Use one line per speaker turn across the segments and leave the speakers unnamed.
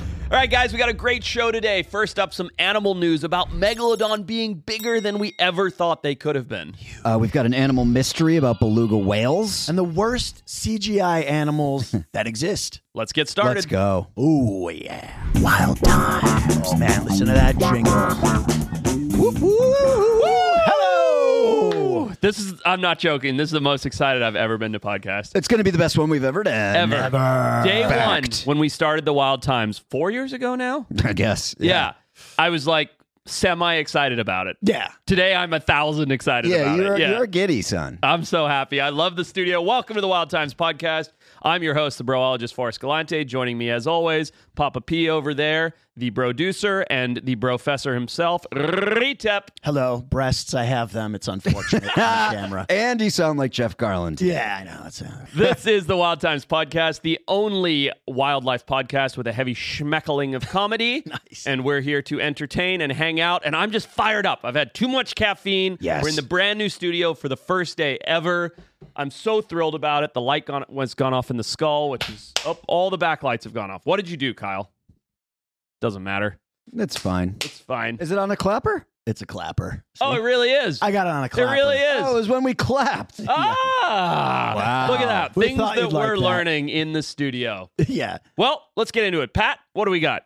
All right, guys, we got a great show today. First up, some animal news about Megalodon being bigger than we ever thought they could have been.
Uh, we've got an animal mystery about beluga whales.
and the worst CGI animals that exist.
Let's get started.
Let's go.
Ooh, yeah. Wild times, man. Listen to that jingle. Whoop, woo, woo, woo. Hello.
This is, I'm not joking. This is the most excited I've ever been to podcast.
It's going to be the best one we've ever done.
Ever. Day
Fact.
one, when we started the Wild Times four years ago now.
I guess.
Yeah. I was like semi excited about it.
Yeah.
Today, I'm a thousand excited
Yeah,
about
you're,
it. Yeah.
you're a giddy son.
I'm so happy. I love the studio. Welcome to the Wild Times podcast. I'm your host, the broologist Forrest Galante. Joining me, as always, Papa P over there, the producer and the professor himself, Retep.
Hello. Breasts, I have them. It's unfortunate on camera.
And you sound like Jeff Garland.
Yeah, I know. It's uh,
This is the Wild Times podcast, the only wildlife podcast with a heavy schmeckling of comedy. nice. And we're here to entertain and hang out. And I'm just fired up. I've had too much caffeine.
Yes.
We're in the brand new studio for the first day ever. I'm so thrilled about it. The light gone, was gone off in the skull, which is oh, all the backlights have gone off. What did you do, Kyle? Doesn't matter.
That's fine.
It's fine.
Is it on a clapper?
it's a clapper.
oh, it really is.
I got it on a
it
clapper.
really is.
Oh, it was when we clapped.
Oh. Ah!
Wow.
Look at that.
We
Things
thought
that
you'd like
we're
that.
learning in the studio.
yeah.
Well, let's get into it. Pat, what do we got?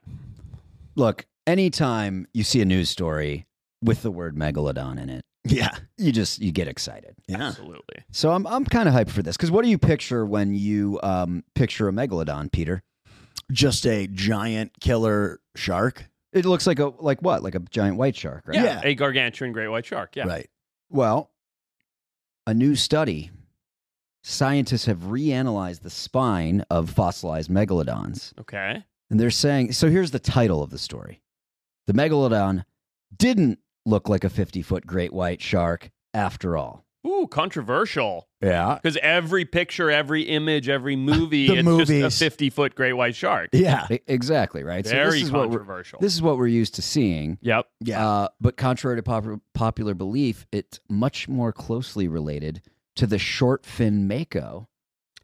Look, anytime you see a news story with the word megalodon in it,
Yeah.
you just you get excited.
Yeah.
Absolutely.
So I'm I'm kind of hyped for this because what do you picture when you um, picture a megalodon, Peter?
Just a giant killer shark.
It looks like a like what like a giant white shark, right?
Yeah.
Yeah.
A gargantuan great white shark. Yeah.
Right.
Well, a new study, scientists have reanalyzed the spine of fossilized megalodons,
Okay.
and they're saying so. Here's the title of the story: the megalodon didn't look like a 50 foot great white shark after all.
Ooh, controversial.
Yeah.
Because every picture, every image, every movie,
The
it's
movies.
just a 50 foot great white shark.
Yeah.
E- Exactly right. so
Very
this is what we're,
controversial.
this is what we're used to seeing.
yep.
Yeah.
Uh, but contrary to pop- popular belief, it's much more closely related to the short fin mako,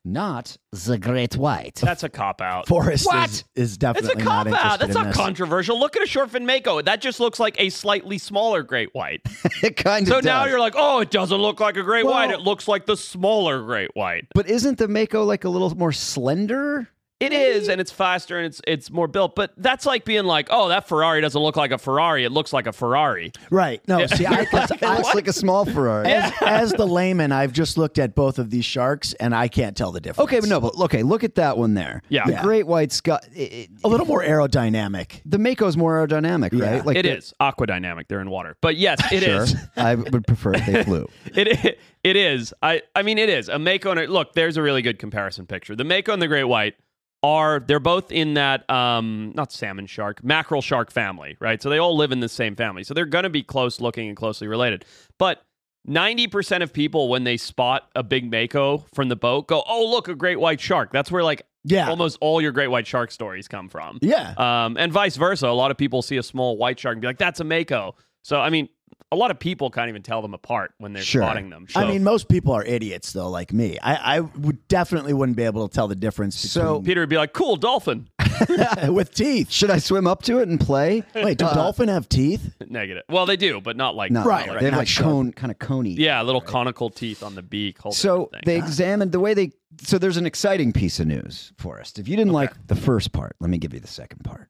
not the great white.
That's a cop out.
Forrest
What?
is, is
It's
definitely
a cop
not interested
out. That's
in
not
this.
controversial. Look at a short fin mako. That just looks like a slightly smaller great white.
it kind
So
of
now
does.
you're like, oh, it doesn't look like a great
Well-
white. It looks like the smaller great white.
But isn't the mako like a little more slender?
It is, and it's faster, and it's it's more built. But that's like being like, oh, that Ferrari doesn't look like a Ferrari. It looks like a Ferrari.
Right. No, see, I,
It looks like a small Ferrari.
as, as the layman, I've just looked at both of these sharks and I can't tell the difference.
Okay, but no, but okay, look at that one there.
Yeah.
the
Yeah.
great white's got it, it-
A little more aerodynamic.
the mako's more aerodynamic,
Yeah.
right? Like
It
the-
is aquadynamic. They're in water, but yes, it
Sure,
is.
I would prefer if they flew.
It i- it is. I I mean, it is a Mako and a, look. There's a really good comparison picture. The Mako and the great white are they're both in that um not salmon shark mackerel shark family, right? So they all live in the same family. So they're going to be close looking and closely related. But 90% of people when they spot a big Mako from the boat go, "Oh, look, a great white shark." That's where like
Yeah.
almost all your great white shark stories come from.
Yeah.
Um, and vice versa. A lot of people see a small white shark and be like, that's a Mako. So, I mean, a lot of people can't even tell them apart when they're
Sure.
spotting them.
I
So,
mean, most people are idiots though, like me. I, I would definitely wouldn't be able to tell the difference
So-
between,
Peter would be like, cool, dolphin.
with teeth.
Should I swim up to it and play?
Wait, do
Uh,
dolphin have teeth?
Negative. Well, they do, but not like.
No,
Right,
no,
right,
They have
not
like
sharp.
cone, kind of coney.
Yeah, little conical teeth on the beak. whole
So
different thing.
they examined the way they. So there's an exciting piece of news, Forrest. If you didn't like the first part, let me give you the second part.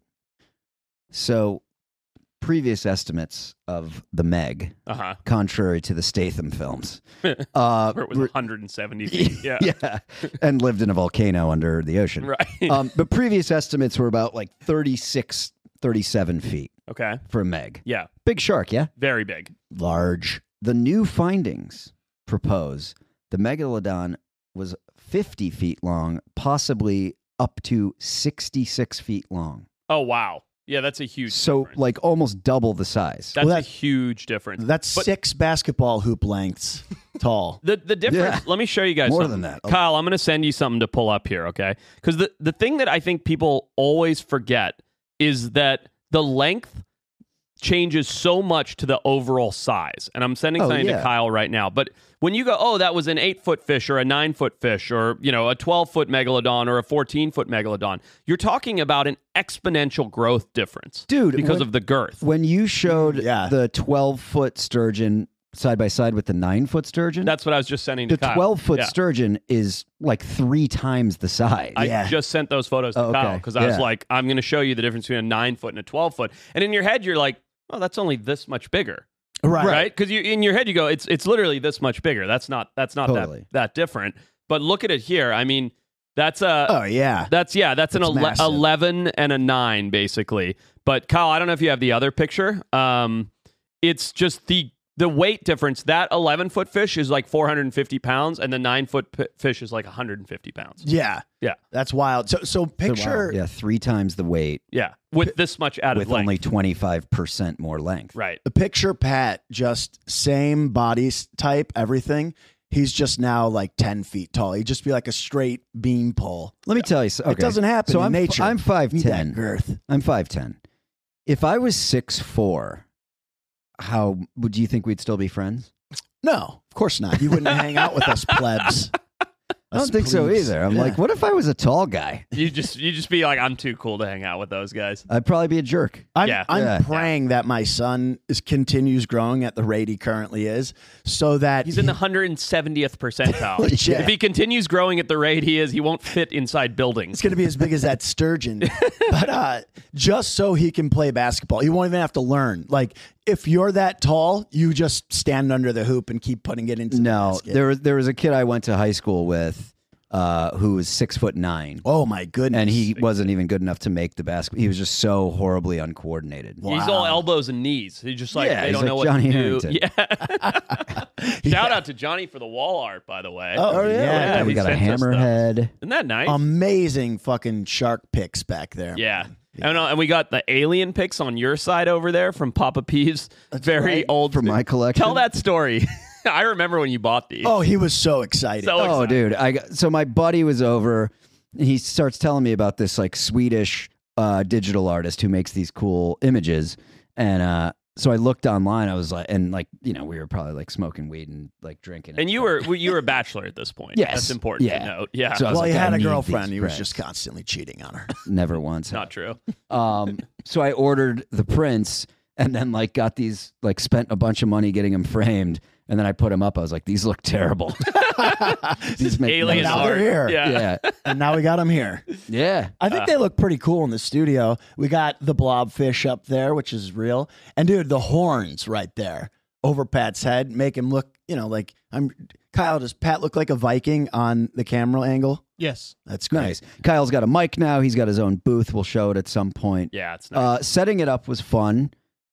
So, previous estimates of the Meg,
uh-huh.
contrary to the Statham films, uh,
Where it was
were-
170 feet. Yeah.
yeah, and lived in a volcano under the ocean.
Right.
Um, but previous estimates were about like 36, 37 feet
okay.
for a Meg.
Yeah.
Big shark, yeah?
Very big.
Large.
The new findings propose the megalodon was 50 feet long, possibly up to 66 feet long.
Oh, wow. Yeah, that's a huge
so,
difference.
like, almost double the size.
that's
Well,
a
that-
huge difference.
That's
But-
six basketball hoop lengths tall.
The the difference.
Yeah.
Let me show you guys
More
something.
than that. Oh.
Kyle, I'm going to send you something to pull up here, okay? Because the the thing that I think people always forget is that the length changes so much to the overall size. And I'm sending
Oh,
something
yeah.
to Kyle right now. But when you go, oh, that was an eight foot fish or a nine foot fish or, you know, a 12 foot megalodon or a 14 foot megalodon, you're talking about an exponential growth difference
Dude,
because
when-
of the girth.
When you showed
Yeah.
the 12 foot sturgeon side by side with the nine foot sturgeon,
That's what I was just sending
the
to Kyle.
12 foot
Yeah.
sturgeon is like three times the size.
I
Yeah.
just sent those photos to
Oh, okay.
Kyle because I was
Yeah.
like, I'm going to show you the difference between a nine foot and a 12 foot. And in your head, you're like, oh, that's only this much bigger,
Right.
right? Because you in your head, you go, it's it's literally this much bigger. That's not that's not
Totally.
that that different. But look at it here. I mean, that's a
Oh yeah.
that's yeah, that's an
It's
ele-
massive.
eleven and a nine basically. But Kyle, I don't know if you have the other picture. Um, it's just the the weight difference. That eleven foot fish is like 450 pounds, and the nine foot p- fish is like 150 pounds.
Yeah.
Yeah.
That's wild. So so
So, wow.
picture
Yeah, three times the weight
Yeah, with this much added
with
length.
only 25% more length.
right.
picture Pat just same body s- type, everything. He's just now like ten feet tall. He'd just be like a straight beam pole.
Let me tell you. so- Okay.
It doesn't happen
So
in
I'm
nature.
I'm five
Need that
ten.
girth.
I'm five ten. If I was six four, how would you think we'd still be friends?
No, of course not. You wouldn't hang out with us plebs.
I don't
Us
think so
plebes.
either. I'm
Yeah.
like, what if I was a tall guy?
You just you just be like, I'm too cool to hang out with those guys.
I'd probably be a jerk.
I'm,
Yeah.
I'm
Yeah.
praying that my son is continues growing at the rate he currently is, so that
He's in the 170th percentile.
Legit.
If he continues growing at the rate he is, he won't fit inside
It's
buildings.
going to be as big as that sturgeon, but uh, just so he can play basketball. He won't even have to learn. Like if you're that tall, you just stand under the hoop and keep putting it into the
No,
basket.
there was there was a kid I went to high school with, uh, who was six foot nine,
oh my goodness!
and he wasn't even good enough to make the basket. He was just so horribly uncoordinated.
He's all elbows and knees. He's just like
Yeah,
they
he's
don't know
like
what
Johnny
to
Harrington.
do. Yeah. Shout out to Johnny for the wall art, by the way.
Oh, yeah.
Yeah,
we
he
got a
sent us stuff.
hammerhead. Um,
Isn't that nice?
amazing fucking shark picks back there.
yeah. And, uh, and we got the alien pics on your side over there from Papa P's very
right.
old.
For my collection.
Tell that story. I remember when you bought these.
Oh, he was so excited.
So
Oh,
excited.
dude! I got, so my buddy was over. And he starts telling me about this like Swedish uh, digital artist who makes these cool images, and uh, so I looked online. I was like, and like you know, we were probably like smoking weed and like drinking.
And you were you were a bachelor at this point.
Yes.
that's important to
Yeah.
note. Yeah,
So I was
well,
like,
he
I
had a
need
girlfriend.
these
He was
prints.
just constantly cheating on her.
never once.
not true.
Um, so I ordered the prints and then like got these like spent a bunch of money getting them framed, and then I put them up. I was like, these look terrible. these make no
Alien
sense.
now
art.
they're here.
Yeah.
Yeah,
and now we got him here.
yeah.
I
Uh.
think they look pretty cool in the studio. We got the blobfish up there, which is real. And dude, the horns right there over Pat's head make him look, you know, like I'm Kyle, does Pat look like a Viking on the camera angle?
Yes.
That's great.
Nice. Kyle's got a mic now. He's got his own booth. We'll show it at some point.
Yeah, it's not.
Uh, setting it up was fun.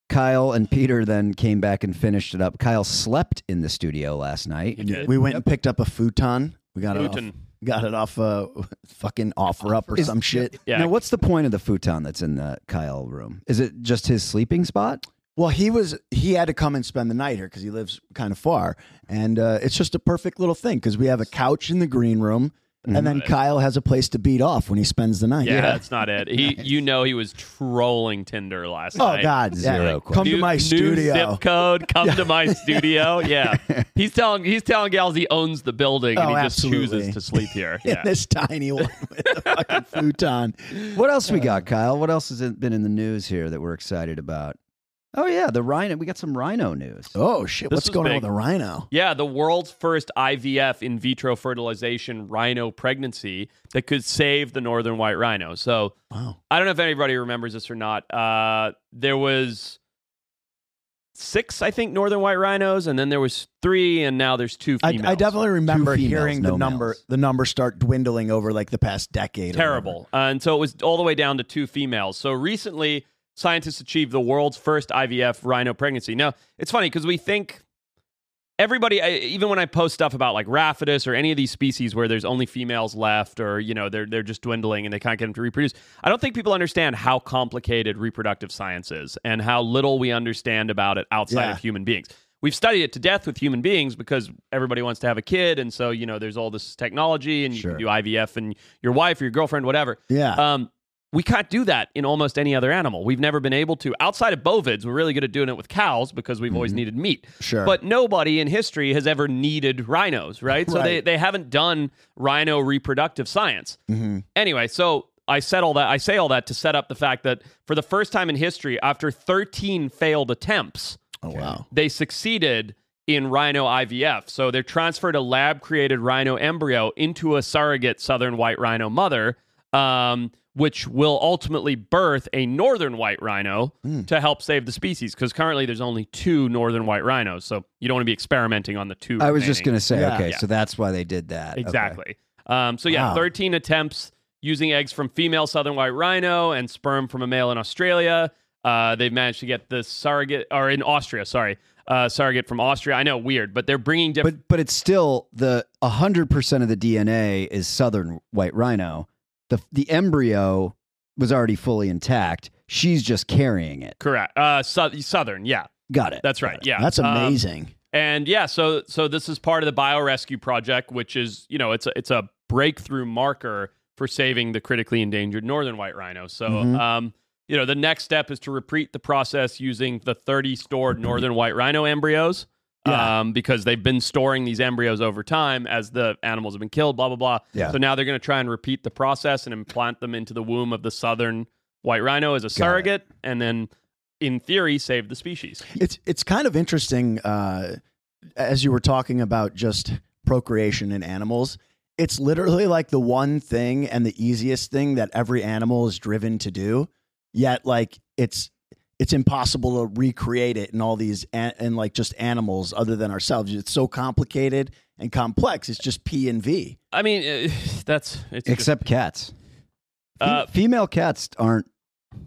Kyle and Peter then came back and finished it up. Kyle slept in the studio last night.
did.
We went and picked up a futon. We got it
Futon.
off, got it off uh, fucking offer up or some shit.
yeah,
Now, what's the point of the futon that's in the Kyle room? Is it just his sleeping spot?
Well, he was he had to come and spend the night here because he lives kind of far, and uh, it's just a perfect little thing because we have a couch in the green room, and then Kyle has a place to beat off when he spends the night.
yeah, that's not it. He, you know, he was trolling Tinder last
Oh
night.
God, yeah.
Zero
Come
New-
to my
new
studio.
zip code. Come to my studio. Yeah, he's telling he's telling gals he owns the building and
Oh,
he
absolutely.
just chooses to sleep here.
In
Yeah,
this tiny one with a fucking futon.
What else
Uh,
we got, Kyle? What else has it been in the news here that we're excited about? Oh yeah, the rhino. We got some rhino news.
Oh shit!
This
What's
was
going on
big.
with the rhino?
yeah. The world's first IVF in vitro fertilization rhino pregnancy that could save the northern white rhino. So
Wow.
I don't know if anybody remembers this or not. Uh, there was six, I think, northern white rhinos, and then there was three, and now there's two
I,
females.
I definitely remember
females,
hearing
no
the number
males.
the number start dwindling over like the past decade. or
terrible. Uh, and so it was all the way down to two females. So recently, scientists achieved the world's first IVF rhino pregnancy. Now it's funny because we think everybody, I, even when I post stuff about like Rapidus or any of these species where there's only females left, or you know they're they're just dwindling and they can't get them to reproduce. I don't think people understand how complicated reproductive science is and how little we understand about it outside
Yeah.
of human beings. We've studied it to death with human beings because everybody wants to have a kid, and so you know there's all this technology, and you
Sure.
can do IVF and your wife or your girlfriend, whatever.
Uh, whatever. Yeah.
Um, we can't do that in almost any other animal. We've never been able to, outside of bovids, we're really good at doing it with cows because we've always needed meat.
Mm-hmm. Sure.
But nobody in history has ever needed rhinos, right? So they,
Right.
they haven't done rhino reproductive science.
Mm-hmm.
Anyway, so I said all that. I say all that to set up the fact that for the first time in history, after 13 failed attempts,
Oh wow.
they succeeded in rhino IVF. So they transferred a lab created rhino embryo into a surrogate southern white rhino mother, um, which will ultimately birth a northern white rhino
Hmm.
to help save the species. Because currently there's only two northern white rhinos. So you don't want to be experimenting on the two.
I was just
remaining.
gonna say,
Yeah.
okay,
Yeah.
so that's why they did that. Okay.
Exactly. Um, so yeah,
Wow.
13 attempts using eggs from female southern white rhino and sperm from a male in Australia. Uh, they've managed to get the surrogate, or in Austria, sorry, uh, surrogate from Austria. I know, weird, but they're bringing different.
But but it's still the hundred percent of the DNA is southern white rhino. The the embryo was already fully intact. She's just carrying it.
Correct. Uh, sou- southern, yeah,
Got it.
that's right. Yeah,
That's
Um,
amazing.
and yeah, so so this is part of the biorescue project, which is you know it's a, it's a breakthrough marker for saving the critically endangered northern white rhino. So
Mhm.
um, you know the next step is to repeat the process using the 30 stored northern white rhino embryos.
Yeah.
Um, because they've been storing these embryos over time as the animals have been killed, blah blah blah.
Yeah.
So now they're going to try and repeat the process and implant them into the womb of the southern white rhino as a surrogate, and then, in theory, save the species.
It's it's kind of interesting uh, as you were talking about just procreation in animals. It's literally like the one thing and the easiest thing that every animal is driven to do. Yet, like it's it's impossible to recreate it in all these an- and like just animals other than ourselves. It's so complicated and complex. It's just P and V.
I mean, uh, that's it's just-
Except cats. Fe-
Uh,
female cats aren't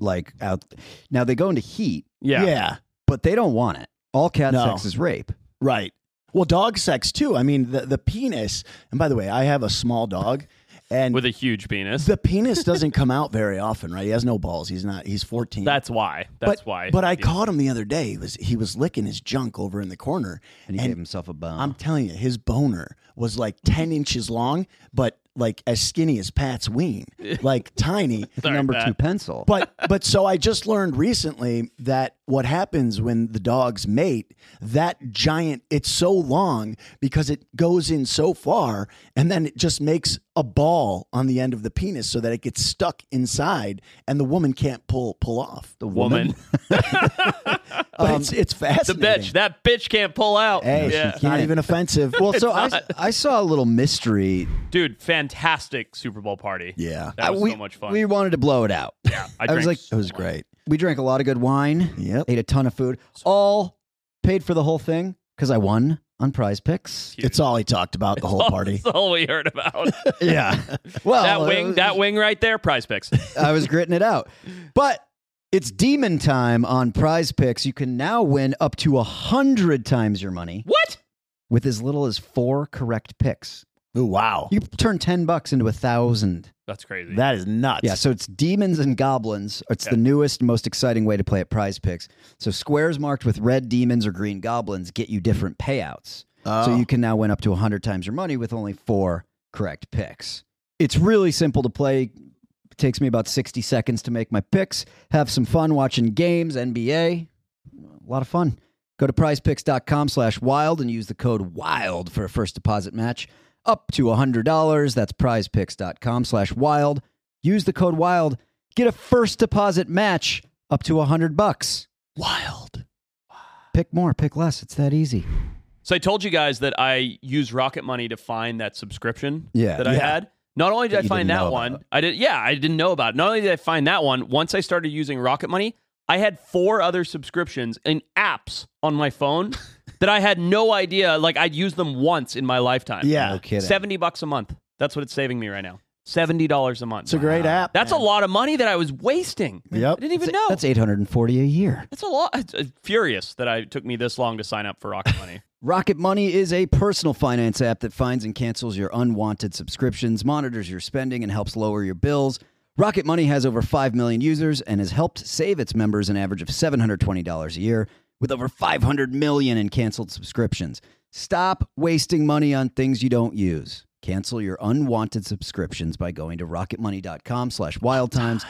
like out. Now they go into heat,
Yeah.
yeah.
but they don't want it. All cat
No.
sex is rape.
Right. Well, dog sex too. I mean, the the penis. And by the way, I have a small dog, and
With a huge penis.
The penis doesn't come out very often, right? He has no balls. He's not. He's fourteen.
That's why.
but,
That's why.
But I
Yeah.
caught him the other day. He was he was licking his junk over in the corner,
And he
And
gave himself a bone.
I'm telling you, his boner was like ten inches long, but like as skinny as Pat's ween, like tiny.
Sorry,
number
Pat.
two pencil.
But but so I just learned recently that what happens when the dogs mate, that giant it's so long because it goes in so far and then it just makes a ball on the end of the penis so that it gets stuck inside and the woman can't pull pull off.
the
woman.
But it's it's
The
fascinating.
bitch. That bitch can't pull out.
Hey,
yeah.
it's not even offensive.
Well, so I, I saw a little mystery.
Dude, fantastic Super Bowl party.
yeah.
That was
we,
so much fun.
We wanted to blow it out.
yeah. I,
I was
drank
like-
so
It was
much.
great.
We drank a lot of good wine,
Yep.
ate a ton of food, all paid for the whole thing because I won on prize picks.
It's all he talked about the whole party.
That's all we heard about.
Yeah. Well,
that
Oh, it
wing,
was-
that wing right there, prize picks.
I was gritting it out. But it's demon time on prize picks. You can now win up to a hundred times your money
what?
with as little as four correct picks.
Ooh, wow.
You turn 10 bucks into a thousand.
That's crazy.
That is nuts.
Yeah, so it's demons and goblins. It's the newest, most exciting way to play at prize picks. So squares marked with red demons or green goblins get you different payouts. So
Oh.
you can now win up to 100 times your money with only four correct picks. It's really simple to play. It takes me about 60 seconds to make my picks. Have some fun watching games, NBA. A lot of fun. Go to prizepicks.com slash wild and use the code WILD for a first deposit match up to $100. That's prizepicks.com slash wild. Use the code WILD. Get a first deposit match up to 100 bucks.
wild.
Pick more, pick less. It's that easy.
So I told you guys that I used Rocket Money to find that subscription
Yeah.
that I
Yeah.
had. Not only did
That
I
you
find
didn't know
that
about.
one, I did yeah, I didn't know about. It. Not only did I find that one, once I started using Rocket Money, I had four other subscriptions and apps on my phone that I had no idea like I'd used them once in my lifetime.
Yeah.
No kidding.
70 bucks a month. That's what it's saving me right now. $70 a month.
It's a great app.
That's
man.
a lot of money that I was wasting.
Yep.
I didn't even
That's-
know.
That's 840 a year.
That's a lot. It's, uh, furious that I it took me this long to sign up for Rocket Money.
Rocket Money is a personal finance app that finds and cancels your unwanted subscriptions, monitors your spending, and helps lower your bills. Rocket Money has over 5 million users and has helped save its members an average of $720 a year with over 500 million in canceled subscriptions. Stop wasting money on things you don't use. Cancel your unwanted subscriptions by going to rocketmoney.com slash wild times.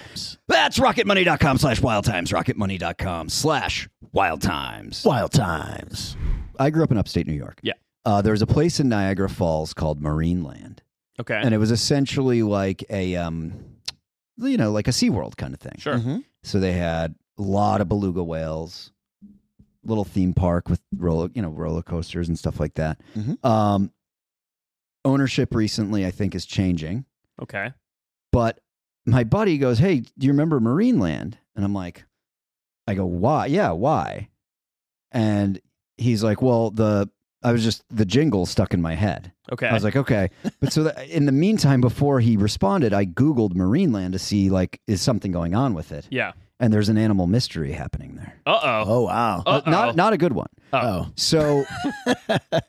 That's rocketmoney.com slash wild times, rocketmoney.com slash wild times.
Wild times.
I grew up in upstate New York.
Yeah.
Uh, there was a place in Niagara Falls called Marineland,
Okay.
and it was essentially like a, um, you know, like a SeaWorld kind of thing.
sure.
Mhm.
So they had a lot of beluga whales, little theme park with roller, you know, roller coasters and stuff like that.
Mhm.
Mm-hmm.
Um, ownership recently, I think, is changing.
Okay.
But my buddy goes, "Hey, do you remember Marineland?" And I'm like, "I go, why? Yeah, why?" And he's like, "Well, the I was just the jingle stuck in my head."
Okay.
I was like, "Okay." But so that, in the meantime, before he responded, I googled Marineland to see like is something going on with it,
yeah.
and there's an animal mystery happening there.
Uh oh.
Oh wow.
Uh
Uh, Not not a good one.
Oh.
So,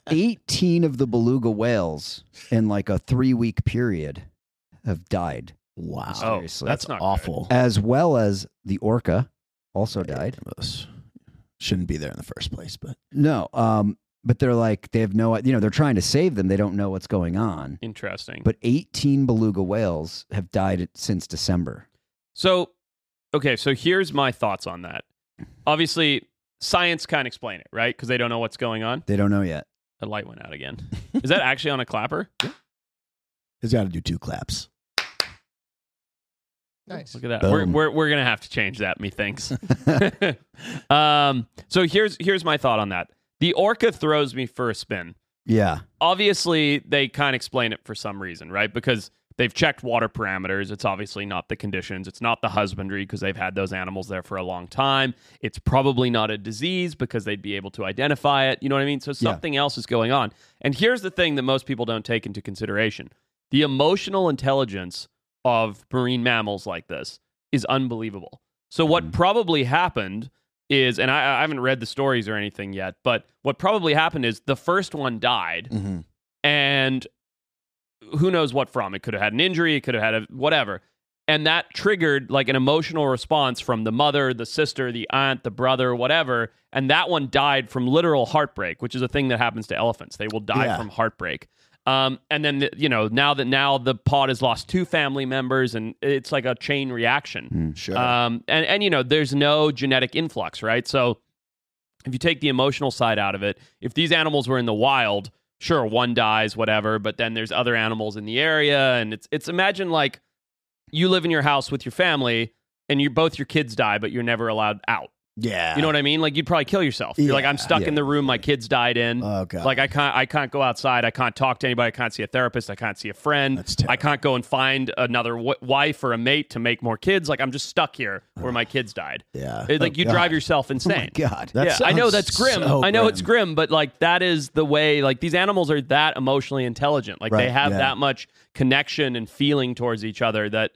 18 of the beluga whales in like a three week period have died,
Wow.
Oh, that's
seriously.
not good.
awful.
as well as the orca also died.
Shouldn't be there in the first place, but
No, um, but they're like, they have no, you know, they're trying to save them. They don't know what's going on.
Interesting.
But 18 beluga whales have died since December.
So, okay, so here's my thoughts on that. Obviously, science can't explain it, right? Because they don't know what's going on.
They don't know yet.
The light went out again. Is that actually on a clapper?
he's got to do two claps. Nice.
Look at that. We're,
Boom.
we're, we're gonna have to change that, methinks. um, so here's here's my thought on that. The orca throws me for a spin.
Yeah.
Obviously, they can't explain it for some reason, right? Because they've checked water parameters. It's obviously not the conditions. It's not the husbandry because they've had those animals there for a long time. It's probably not a disease because they'd be able to identify it. You know what I mean? So something else is going on. And here's the thing that most people don't take into consideration the emotional intelligence of marine mammals like this is unbelievable. So, what probably happened is, and I, I haven't read the stories or anything yet, but what probably happened is the first one died
Mm-hmm.
and who knows what from it could have had an injury it could have had a whatever and that triggered like an emotional response from the mother the sister the aunt the brother whatever and that one died from literal heartbreak which is a thing that happens to elephants they will die
Yeah.
from heartbreak um, and then the, you know now that now the pod has lost two family members and it's like a chain reaction
Sure.
um, and and you know, there's no genetic influx, right? So if you take the emotional side out of it, if these animals were in the wild, sure, one dies, whatever, but then there's other animals in the area, and it's it's imagine like you live in your house with your family, and you both your kids die, but you're never allowed out.
yeah.
You know what I mean? Like you'd probably kill yourself. You're like,
Yeah,
I'm stuck
yeah.
in the room my kids died in.
Oh god.
Like I can't I can't go outside. I can't talk to anybody. I can't see a therapist. I can't see a friend.
That's
I can't go and find another w- wife or a mate to make more kids. Like I'm just stuck here where my kids died.
yeah.
It- like you drive yourself
Oh my
insane.
God.
That
yeah, I know
sounds
that's grim.
so
I know it's grim, but like that is the way. Like these animals are that emotionally intelligent. Like they
Right,
have
yeah.
that much connection and feeling towards each other that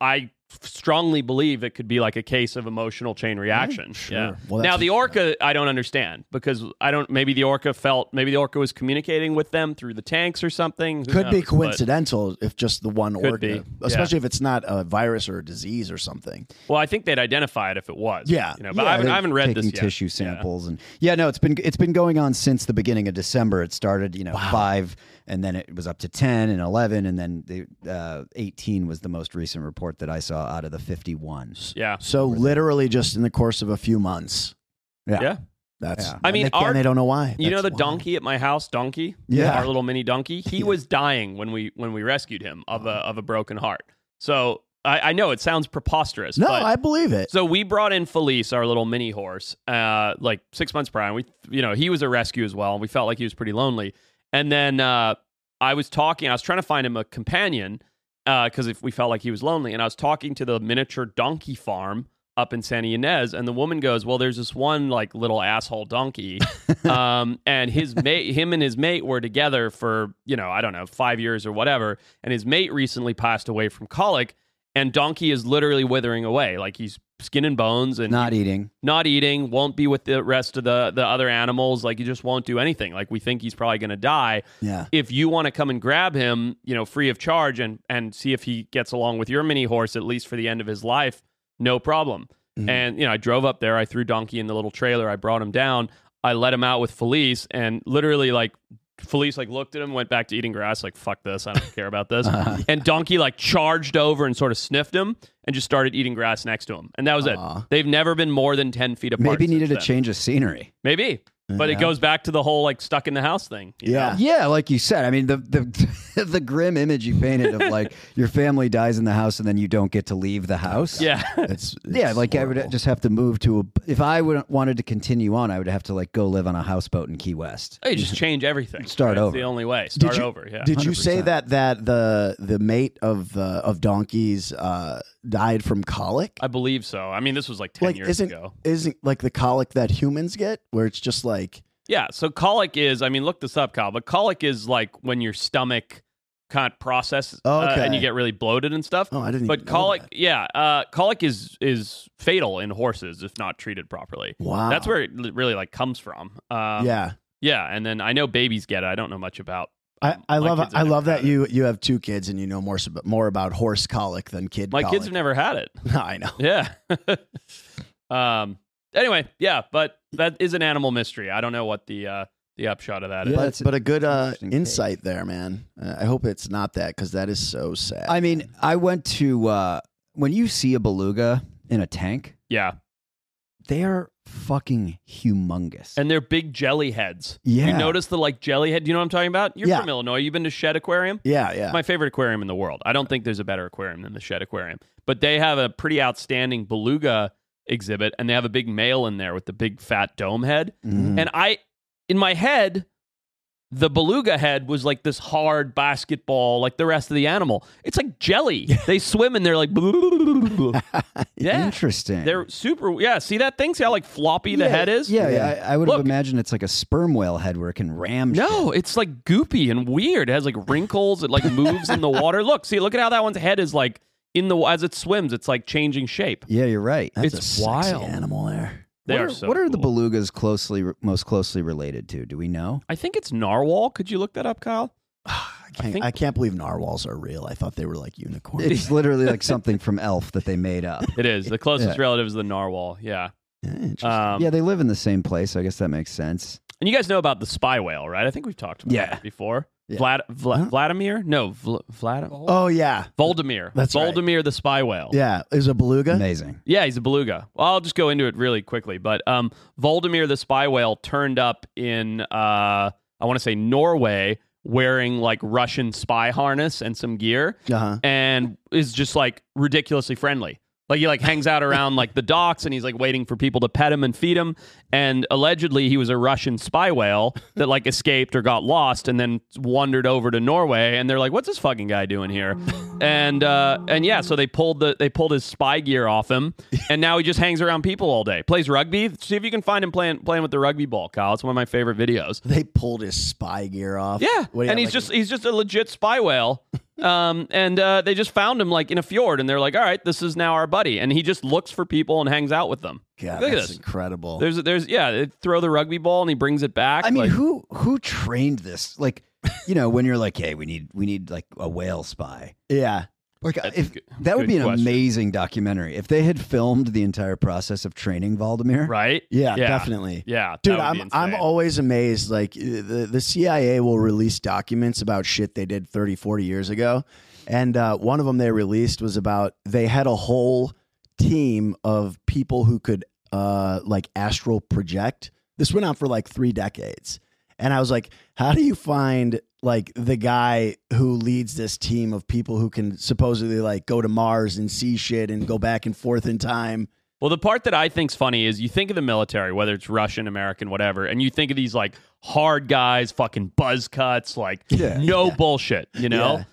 I strongly believe it could be like a case of emotional chain reaction.
Sure.
Yeah.
Well,
now
that's-
the orca, I don't understand because I don't. Maybe the orca felt. Maybe the orca was communicating with them through the tanks or something. Who
Could be
knows? But-
coincidental if just the one
Could
organ,
be, yeah.
especially if it's not a virus or a disease or something.
well, I think they'd identify it if it was.
Yeah.
You know, but
Yeah,
I, haven't,
"Oh, They're
I haven't read
taking
this yet.
tissue
Yeah.
samples and yeah no it's been it's been going on since the beginning of december it started you know five and then it was up to 10 and 11 and then the uh, 18 was the most recent report that i saw out of the 51
Yeah.
So literally just in the course of a few months.
Yeah.
Yeah.
That's
Yeah.
I
and
mean,
they, can-
our-
they don't know why.
You know the
That's why.
donkey at my house, donkey.
Yeah.
our little mini donkey. He was dying when we when we rescued him of a of a broken heart. So I, I know it sounds preposterous.
No,
but,
I believe it.
so we brought in Felice, our little mini horse, uh, like six months prior. And we, you know, he was a rescue as well, and we felt like he was pretty lonely. And then uh, I was talking. I was trying to find him a companion because if we felt like he was lonely, and I was talking to the miniature donkey farm up in Santa Ynez, and the woman goes, "Well, there's this one like little asshole donkey, um, and his mate, him and his mate were together for you know I don't know five years or whatever, and his mate recently passed away from colic." and donkey is literally withering away like he's skin and bones and
not eating
not eating won't be with the rest of the the other animals like he just won't do anything like we think he's probably going to die
yeah.
if you want to come and grab him you know free of charge and and see if he gets along with your mini horse at least for the end of his life no problem
Mm-hmm.
Mhm.
and you know i drove up there i threw donkey in the little trailer i brought him down i let him out with felice and literally like Felice like looked at him, went back to eating grass, like fuck this, I don't care about this. And Donkey like charged over and sort of sniffed him and just started eating grass next to him, and that was
Aw.
it. They've never been more than ten feet apart.
Maybe
since
needed a
then.
change of scenery.
Maybe, but it
Yeah.
goes back to the whole like stuck in the house thing. you
Yeah.
know?
Yeah, like you said. I mean, the the the grim image you painted of like your family dies in the house and then you don't get to leave
Oh,
the house.
yeah.
It's,
Yeah,
it's
like I
horrible.
would just have to move to a. If I would, wanted to continue on, I would have to like go live on a houseboat in Key West.
Oh, You just change everything.
Start
That's
over.
The only way. Start
you-
over. Yeah.
Mm-hmm. Did you say
100%.
that that the the mate of uh, of donkeys uh, died from colic?
I believe so. I mean, this was like ten
like
years
isn't
ago.
isn't like the colic that humans get, where it's just like
Yeah. So colic is, I mean, look this up, Kyle, but colic is like when your stomach can't process
Oh,
uh, and
okay.
you get really bloated and stuff.
oh I didn't.
but
even know
colic,
that.
yeah, uh, colic is is fatal in horses if not treated properly.
Wow.
That's where it li- really like comes from. Um,
Ah. yeah.
yeah. And then I know babies get it. I don't know much about.
I, I
my
love
kids have
I
never
love
had
that
it.
you you have two kids and you know more sub- more about horse colic than kid.
My
colic.
kids have never had it.
I know.
Yeah. um. Anyway, yeah, but that is an animal mystery. I don't know what the uh, the upshot of that is.
Yeah,
but,
it's
but a good uh,
interesting take.
insight there, man. Uh, I hope it's not that because that is so sad.
I mean, I went to uh, when you see a beluga in a tank,
Yeah,
they are fucking humongous.
and they're big jelly heads.
yeah,
You notice the like jelly head? Do you know what I'm talking about? You're
Yeah.
from Illinois. You've been to Shed Aquarium?
yeah, yeah.
My favorite aquarium in the world. I don't think there's a better aquarium than the Shed Aquarium. But they have a pretty outstanding beluga exhibit and they have a big male in there with the big fat dome head.
Mm-hmm.
Mhm.
And I in my head the beluga head was like this hard basketball like the rest of the animal. It's like jelly. they swim and they're like Yeah.
interesting.
They're super Yeah, see that thing? See how like floppy the
Yeah,
head is?
Yeah, yeah. I, I would have
Look.
imagined it's like a sperm whale head where it can ram. shit.
No, it's like goopy and weird. It has like wrinkles. It like moves in the water. Look, see, look at how that one's head is like in the as it swims. It's like changing shape.
Yeah, you're right.
That's
it's
a sexy
wild.
animal there.
They
what
are,
are,
so
what are the
cool.
belugas closely most closely related to? Do we know?
I think it's narwhal. Could you look that up, Kyle?
I can't, I,
think-
can't believe narwhals are real. I thought they were like unicorns.
It's literally like something from Elf that they made up.
It is the closest
Yeah.
relative is the narwhal. Yeah.
Yeah, interesting.
Um,
yeah, they live in the same place. So I guess that makes sense.
And you guys know about the spy whale, right? I think we've talked about
Yeah.
that before.
Yeah.
Vlad, Vla-
Huh?
Vladimir? No, Vl- Vlad-
oh yeah,
Voldemir.
That's right.
Voldemir the spy whale.
yeah. Is a beluga?
Amazing.
Yeah, he's a beluga. Well, I'll just go into it really quickly. But um, Voldemir the spy whale turned up in, uh, I want to say Norway, wearing like Russian spy harness and some gear,
Uh huh.
and is just like ridiculously friendly. Like he like hangs out around like the docks, and he's like waiting for people to pet him and feed him. And allegedly, he was a Russian spy whale that like escaped or got lost, and then wandered over to Norway. And they're like, "What's this fucking guy doing here?" And uh, and yeah, so they pulled the they pulled his spy gear off him, and now he just hangs around people all day. Plays rugby. See if you can find him playing playing with the rugby ball, Kyle. It's one of my favorite videos.
They pulled his spy gear off.
Yeah,
What do you
and
have,
he's
like,
just he's just a legit spy whale. Um, and uh, they just found him like in a fjord, and they're like, "All right, this is now our buddy." And he just looks for people and hangs out with them.
God,
look at
that's
this.
incredible.
There's there's yeah, they throw the rugby ball and he brings it back.
I mean,
like-
who who trained this? Like, you know, when you're like, hey, we need we need like a whale spy.
yeah.
Like,
That's a
if
good-
that would
good
be an
question.
amazing documentary if they had filmed the entire process of training Valdemir.
right?
Yeah,
Yeah.
definitely.
Yeah,
Dude,
that would be
I'm I'm
insane.
always amazed like the the CIA will release documents about shit they did 30 40 years ago. And uh, one of them they released was about they had a whole team of people who could uh, like astral project. This went on for like 3 decades. And I was like, how do you find like the guy who leads this team of people who can supposedly like go to Mars and see shit and go back and forth in time?
Well, the part that I think's funny is you think of the military, whether it's Russian, American, whatever, and you think of these like hard guys, fucking buzz cuts, like
Yeah.
no bullshit, you know?
Yeah.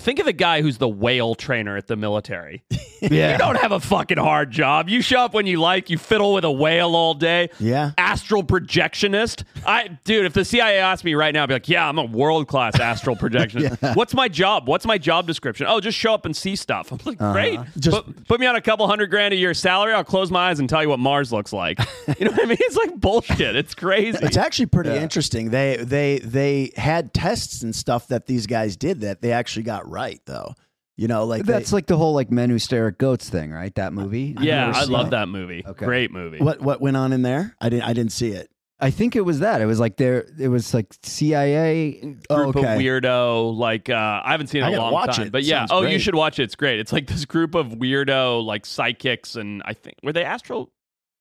Think of the guy who's the whale trainer at the military. You
Yeah.
don't have a fucking hard job. You show up when you like, you fiddle with a whale all day.
Yeah.
Astral projectionist. I dude, if the CIA asked me right now, I'd be like, yeah, I'm a world class astral projectionist. What's my job? What's my job description? Oh, just show up and see stuff. I'm like,
Uh-huh.
great.
Just-
put, put me on a couple hundred grand a year salary. I'll close my eyes and tell you what Mars looks like. You know what I mean? It's like bullshit. It's crazy.
It's actually pretty interesting. They they they had tests and stuff that these guys did that they actually got right though. You know, like they-
That's like the whole like men who stare at goats thing, right? That movie. I've
yeah,
never
I
seen
love
it.
that movie.
Okay.
Great movie.
what what went on in there. I didn't I didn't see it.
I think it was that. It was like there. It was like CIA.
group
okay.
of weirdo like uh, I haven't seen it
I
in a
gotta
long
watch
time,
it.
but yeah.
Sounds
oh, you
great.
should watch it. It's great. It's like this group of weirdo like psychics and I think were they astral?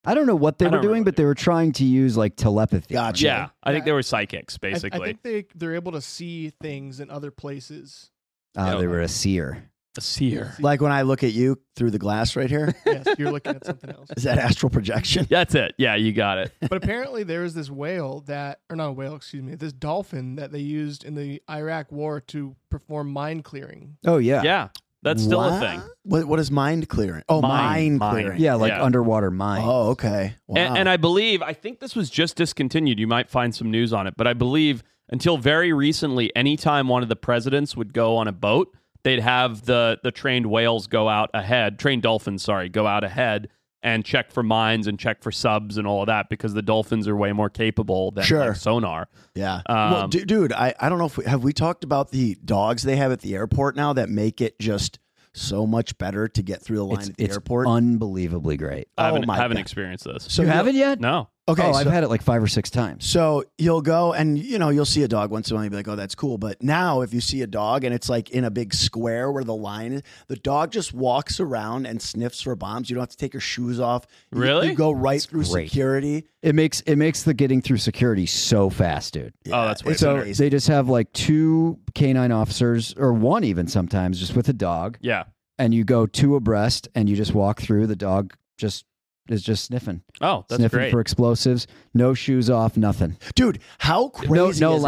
I don't know what they
I
were
don't remember
doing,
what
but they were trying to use like telepathy.
Gotcha.
Yeah, I think
Yeah.
they were psychics
I-
basically.
I, think they they're able to see things in other places.
Uh,
Yeah.
they were a seer.
a seer.
Like when I look at you through the glass right here,
Yes, you're looking at something else.
is that astral projection?
That's it. Yeah, you got it.
But apparently there is this whale that or not a whale, excuse me, this dolphin that they used in the Iraq war to perform mine clearing.
Oh yeah.
Yeah, that's still a
What?
thing.
What, what is mind clearing? Oh,
Mind.
mind,
Mind.
clearing.
Yeah, like
Yeah.
underwater mine.
Oh, okay. Wow.
And, and I believe, I think this was just discontinued. You might find some news on it, but I believe until very recently, anytime one of the presidents would go on a boat, they'd have the the trained whales go out ahead, trained dolphins, sorry, go out ahead and check for mines and check for subs and all of that because the dolphins are way more capable than
Sure.
like, sonar.
yeah.
um,
well, du- dude, I, I don't know if we have we talked about the dogs they have at the airport now that make it just so much better to get through the line
It's,
at the
it's
airport.
unbelievably great.
I
Oh
haven't,
my
haven't
God.
experienced this.
so
you
you'll-
haven't yet?
No.
Okay.
oh,
so,
I've had it like five or six times.
So you'll go and you know you'll see a dog once in a while. You'll be like, "Oh, that's cool." But now, if you see a dog and it's like in a big square where the line is, the dog just walks around and sniffs for bombs. You don't have to take your shoes off. You-
Really?
You go right
That's
through
great.
security.
It makes it makes the getting through security so fast, dude.
Oh, that's way
it's
better.
amazing.
They just have like two canine officers or one even sometimes just with a dog
Yeah.
and you go two abreast and you just walk through the dog just is just sniffing.
Oh, that's
sniffing
great.
for explosives, no shoes off, nothing.
Dude, how
No
crazy!
no
is it?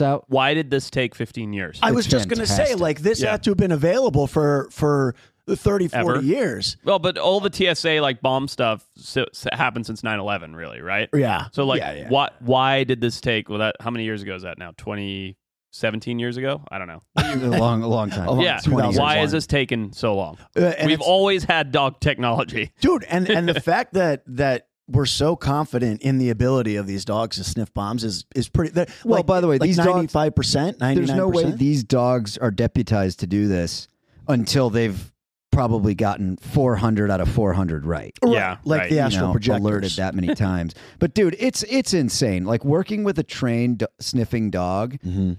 out.
Why did this take 15 years?
I was
It's
just gonna say,
fantastic.
like, this
Yeah.
had to have been available for for 30, 40
Ever.
years.
well, but all the TSA like bomb stuff so, so happened since 9/11, really, right?
Yeah.
So like
Yeah, yeah.
what why did this take well that how many years ago is that now? 20 17 years ago? I don't know.
a long a long time.
long-
yeah.
20 years.
Why has this taken so long?
Uh, and
We've
it's-
always had dog technology.
dude and and the fact that that we're so confident in the ability of these dogs to sniff bombs is is pretty that,
Well, by the way, these dogs-
95 percent 99
There's no way these dogs are deputized to do this until they've probably gotten 400 out of 400 right.
Yeah,
like
right.
the
you
astral
know,
projectors.
alerted that many times. but dude, it's it's insane. Like working with a trained do- sniffing dog,
Mhm.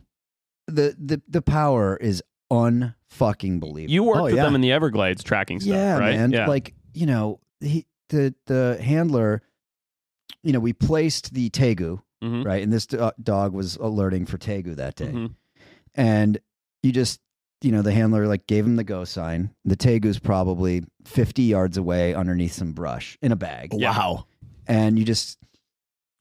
the the the power is unfucking believable.
You worked
Oh,
with
yeah.
them in the Everglades tracking stuff,
yeah,
right?
man.
Yeah.
Like you know, he the the handler. You know, we placed the tegu
Mhm.
right, and this do- dog was alerting for tegu that day,
Mhm.
and you just. You know, the handler like gave him the go sign. The tegu's probably 50 yards away underneath some brush in a bag.
Yeah.
wow
and you just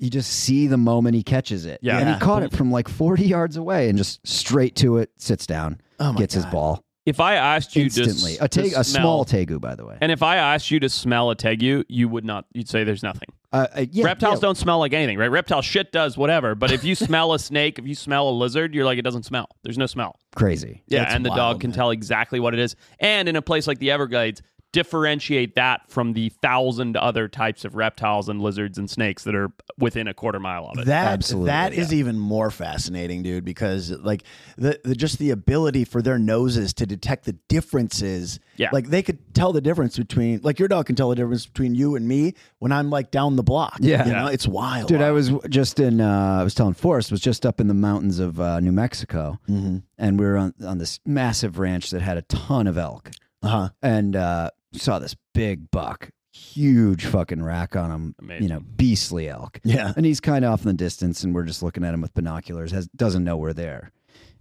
you just see the moment he catches it.
Yeah.
and he
Yeah.
caught it from like forty yards away and just straight to it, sits down,
oh my
gets his
God.
ball
If I asked you
instantly.
to,
A,
s- to
teg- a small
smell-
tegu, by the way.
And if I asked you to smell a tegu, you would not you'd say there's nothing.
Uh, uh, yeah,
Reptiles
yeah.
don't smell like anything, right? Reptile shit does whatever, but if you smell a snake, if you smell a lizard, you're like it doesn't smell. There's no smell.
crazy.
Yeah,
That's
and the
wild,
dog can
man.
tell exactly what it is. And in a place like the Everglades, differentiate that from the thousand other types of reptiles and lizards and snakes that are within a quarter mile of it.
That
Absolutely,
that is even more fascinating, dude. Because like the, the just the ability for their noses to detect the differences.
Yeah.
like they could tell the difference between like your dog can tell the difference between you and me when I'm like down the block.
Yeah.
you
Yeah.
know it's wild,
Dude, I was w- just in. Uh, I was telling Forrest was just up in the mountains of uh, New Mexico,
Mhm.
and we were on, on this massive ranch that had a ton of elk,
Uh-huh.
and uh, saw this big buck, huge fucking rack on him.
Amazing.
You know, beastly elk.
Yeah.
and he's kind of off in the distance and we're just looking at him with binoculars has doesn't know we're there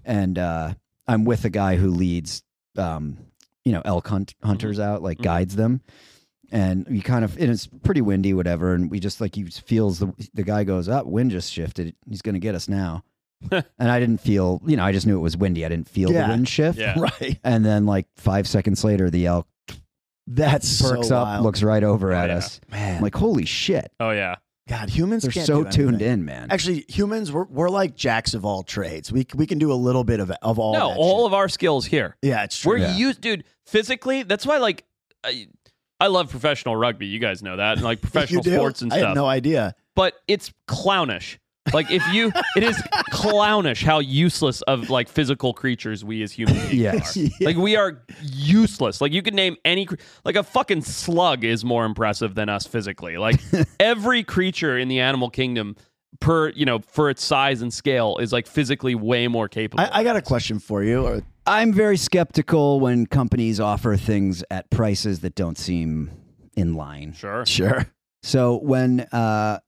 and uh i'm with a guy who leads um you know elk hunt hunters
Mm-hmm.
out like
Mhm.
guides them and we kind of and it's pretty windy whatever and we just like he feels the the guy goes up wind just shifted he's gonna get us now and i didn't feel you know i just knew it was windy i didn't feel
Yeah.
the wind shift
Yeah.
Right.
and then like five seconds later the elk
That's
perks
so
up
wild.
looks right over
Oh,
at
yeah.
us
man.
I'm like holy shit
Oh yeah.
God, humans
they're
can't
so
do
tuned
anything.
in man
Actually, humans we're, we're like jacks of all trades. We c- we can do a little bit of of all.
no,
that
all
shit.
of our skills here.
yeah, it's true.
We're
Yeah.
used dude, physically, that's why like I, I love professional rugby, you guys know that, and like professional
you do?
sports and
I
stuff.
had no idea.
but it's clownish. Like if you it is clownish how useless of like physical creatures we as human beings
Yes.
are. Like we are useless. Like you could name any cre- like a fucking slug is more impressive than us physically. Like every creature in the animal kingdom per you know for its size and scale is like physically way more capable.
I, I got a question for you. Or,
I'm very skeptical when companies offer things at prices that don't seem in line.
sure.
sure.
So when uh,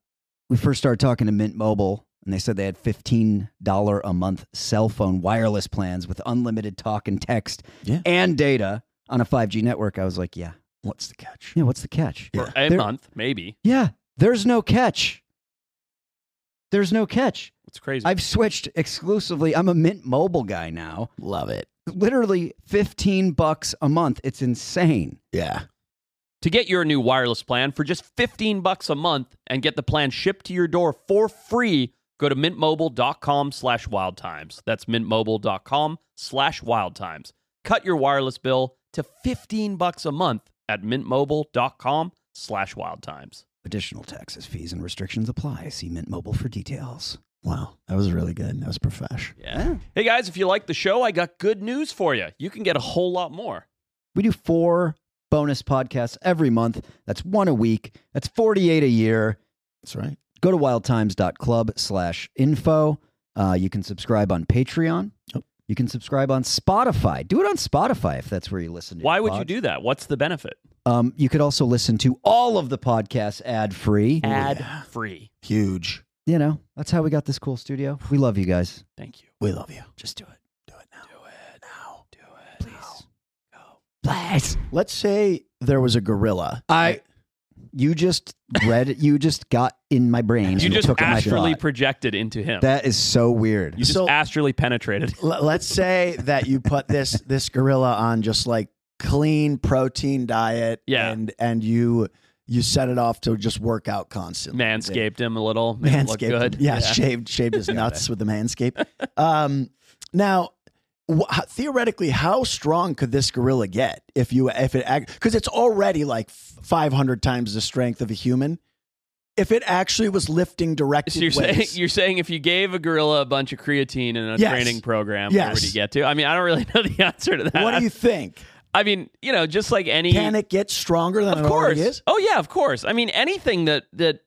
we first started talking to Mint Mobile, and they said they had fifteen dollar a month cell phone wireless plans with unlimited talk and text
Yeah.
and data on a 5G network, I was like, yeah,
What's the catch?
yeah. What's the catch?
For
Yeah.
a
There-
month, maybe.
Yeah, there's no catch. There's no catch.
It's crazy.
I've switched exclusively. I'm a Mint Mobile guy now.
Love it.
Literally 15 bucks a month. It's insane.
Yeah.
to get your new wireless plan for just 15 bucks a month and get the plan shipped to your door for free go to mintmobile.com slash wild times that's mintmobile.com slash wild times cut your wireless bill to 15 bucks a month at mintmobile.com slash wild times
Additional taxes, fees, and restrictions apply. See Mint Mobile for details.
Wow. That was really good. That was profesh.
yeah hey guys if you like the show i got good news for you you can get a whole lot more
We do four bonus podcasts every month. That's one a week. That's 48 a year.
That's right.
Go to wildtimes.club slash info. Uh, you can subscribe on Patreon.
Yep.
You can subscribe on Spotify. Do it on Spotify if that's where you listen to.
why
your
would you
pod.
do that what's the benefit
Um, you could also listen to all of the podcasts ad free.
ad free
Huge.
You know, that's how we got this cool studio. We love you guys.
thank you
We love you.
Just do it.
Do it now. Do it now. Do it.
Please. Please.
Let's say there was a gorilla.
I. You just read. it. You just got in my brain.
you
and
just
took my
astrally
thought.
projected into him
That is so weird.
you just
So-
astrally penetrated
L- let's say that you put this this gorilla on just like clean protein diet.
Yeah.
And and you you set it off to just work out constantly.
manscaped him a little. Made him look
Manscaped.
good.
Yeah, Shaved shaved his nuts with the manscape. Um, now. wh- how- Theoretically, how strong could this gorilla get if you if it because it's already like five hundred times the strength of a human. If it actually was lifting directed
So you're saying
weights,
you're saying if you gave a gorilla a bunch of creatine and a
Yes.
training program, where
Yes.
would he get to? I mean, I don't really know the answer to that.
what do you think?
I mean, you know, just like any
Can it get stronger than
E of
it
course.
already is?
Oh yeah, of course. I mean, anything that that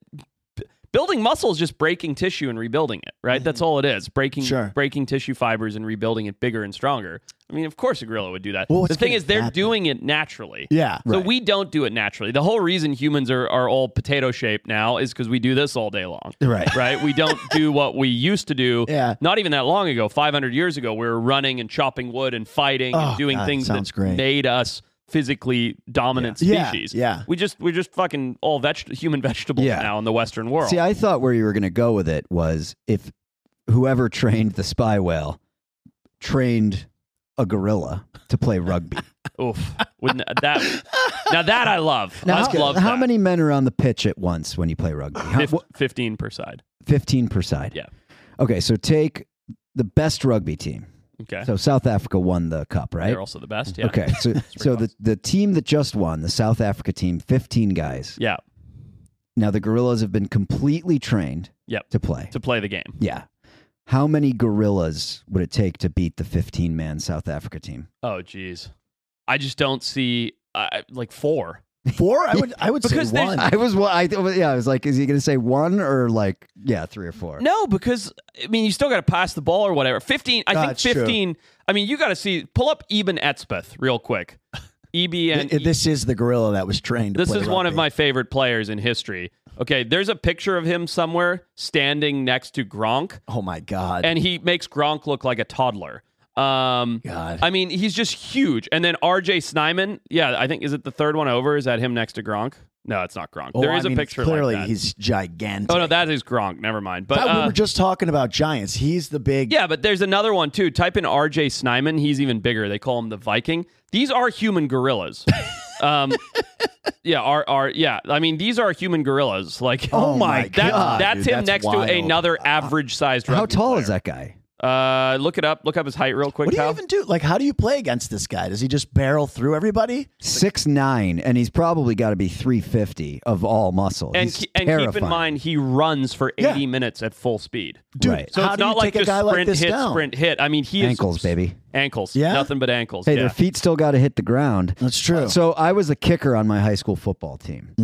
building muscle is just breaking tissue and rebuilding it, right? That's all it is. Breaking
Mm-hmm. Sure.
breaking tissue fibers and rebuilding it bigger and stronger. I mean, of course a gorilla would do that.
Well,
the
it's
thing
gonna
is they're
happen.
doing it naturally.
Yeah.
So we don't do it naturally. The whole reason humans are, are all potato shaped now is because we do this all day long.
Right.
Right? We don't do what we used to do.
Yeah.
Not even that long ago, 500 years ago, we were running and chopping wood and fighting
Oh,
and doing
God,
things
sounds
that
great.
made us physically dominant
Yeah.
species.
Yeah.
We just we're just fucking all veg- human vegetables
Yeah.
now in the Western world.
See, I thought where you were going to go with it was if whoever trained the spy whale trained a gorilla to play rugby.
Oof. Wouldn't that now that I love. I
Now, how,
love
how
that.
many men are on the pitch at once when you play rugby? How-
Fif-
wh-
15 per side.
15 per side.
Yeah.
Okay, so take the best rugby team.
Okay.
So South Africa won the cup, right?
They're also the best. Yeah.
Okay, so so the, the team that just won, the South Africa team, 15 guys.
Yeah.
Now the gorillas have been completely trained
Yep.
to play.
To play the game.
Yeah. How many gorillas would it take to beat the 15 man South Africa team?
Oh, geez. I just don't see uh, like four.
Four? I would I would
Because
say
there's-
one.
I was, well, I, yeah, I was like, is he going to say one or like, yeah, three or four?
No, because I mean, you still got to pass the ball or whatever. Fifteen, I
Ah,
think
it's true.
fifteen. I mean, you got to see. Pull up Eben Etzbeth real quick. E Eb and
Th- this is the gorilla that was trained. To
this
play
is one of
rugby.
my favorite players in history. Okay, there's a picture of him somewhere standing next to Gronk,
Oh my god!
and he makes Gronk look like a toddler. Um,
God.
I mean, he's just huge. And then R.J. Snyman, yeah, I think is it the third one over? Is that him next to Gronk? No, it's not Gronk.
Oh,
there
I
is
mean,
a picture
Clearly,
like that.
he's gigantic.
Oh no, that is Gronk. Never mind. But
I thought we
uh,
were just talking about giants. He's the big.
yeah, but there's another one too. Type in RJ Snyman. He's even bigger. They call him the Viking. These are human gorillas. um, yeah, are are yeah. I mean, these are human gorillas. Like
Oh my
that's
God,
that's
dude,
him
that's
next
wild. Uh,
to another average sized.
How tall is that guy?
Uh, look it up. Look up his height real quick,
What do you
pal.
even do? Like, how do you play against this guy? Does he just barrel through everybody?
Six nine, and he's probably got to be three fifty of all muscle.
and
He's
ke- and keep in
terrifying.
mind he runs for 80
Yeah.
minutes at full speed.
Dude,
Right.
So
how
it's
do you
not like
take a
just
guy
sprint
like this
hit,
down?
sprint hit. I mean, he is-
ankles, baby.
ankles,
Yeah?
nothing but ankles.
Hey,
yeah.
their feet still got to hit the ground.
That's true.
So I was a kicker on my high school football team.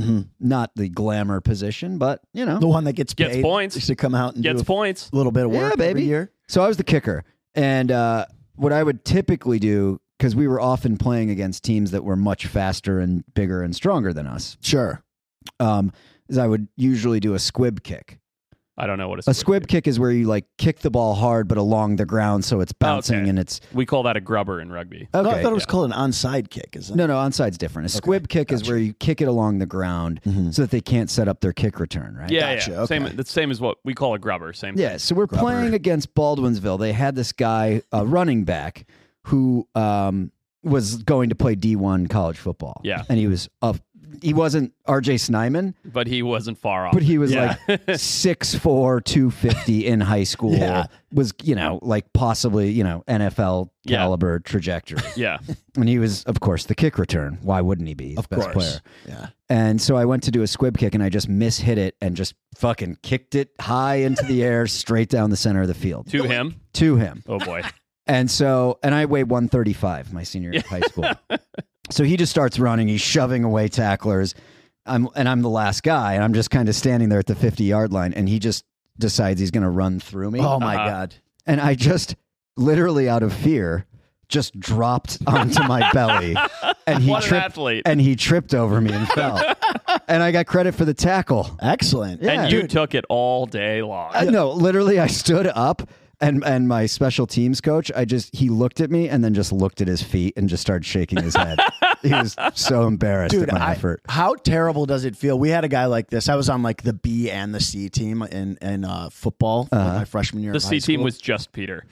Not the glamour position, but you know,
the one that gets
Gets
paid
points.
to come out and
gets
do a
points.
little bit of work
yeah, baby.
every year.
So I was the kicker, and uh, what I would typically do because we were often playing against teams that were much faster and bigger and stronger than us,
Sure.
um, is I would usually do a squib kick.
I don't know what a
A
squib,
squib kick is where you like kick the ball hard but along the ground, so it's bouncing
Okay.
and it's
We call that a grubber in rugby.
No, I
okay.
thought it was called an onside kick. Is it?
No, no, onside's different. A squib kick is
gotcha.
where you kick it along the ground
Mhm.
so that they can't set up their kick return, right?
yeah,
gotcha,
yeah.
okay.
Same. The same as what we call a grubber. Same.
Yeah, so we're
Grubber.
playing against Baldwinsville. They had this guy, a running back, who um, was going to play D1 college football.
Yeah.
And he was up. He wasn't RJ Snyman,
thing, but he wasn't far off.
but he was
Yeah.
like 6'4, 250 in high school.
Yeah.
Was, you know, like possibly, you know, NFL
Yeah.
caliber trajectory.
yeah.
and he was, of course, the kick return. Why wouldn't he be? He's
Of
the best
course.
player.
Yeah.
And so I went to do a squib kick and I just mishit it and just fucking kicked it high into the air, straight down the center of the field
To him.
to him.
Oh boy.
And so, and I weighed 135 my senior year of high school. So he just starts running, he's shoving away tacklers. I'm, and I'm the last guy, and I'm just kind of standing there at the 50 yard line, and he just decides he's going to run through me.
Oh my
Uh-huh.
god.
And I just literally out of fear just dropped onto my belly and he
what an
tripped
athlete.
and he tripped over me and fell. and I got credit for the tackle.
Excellent.
Yeah.
and you took it all day long.
I, Uh, no, literally, I stood up and and my special teams coach, I just he looked at me and then just looked at his feet and just started shaking his head. he was so embarrassed
Dude,
at my
I-
effort.
how terrible does it feel? We had a guy like this. I was on like the B and the C team in in uh, football for
Uh-huh.
my freshman year.
the
of high
C team
school.
was just Peter.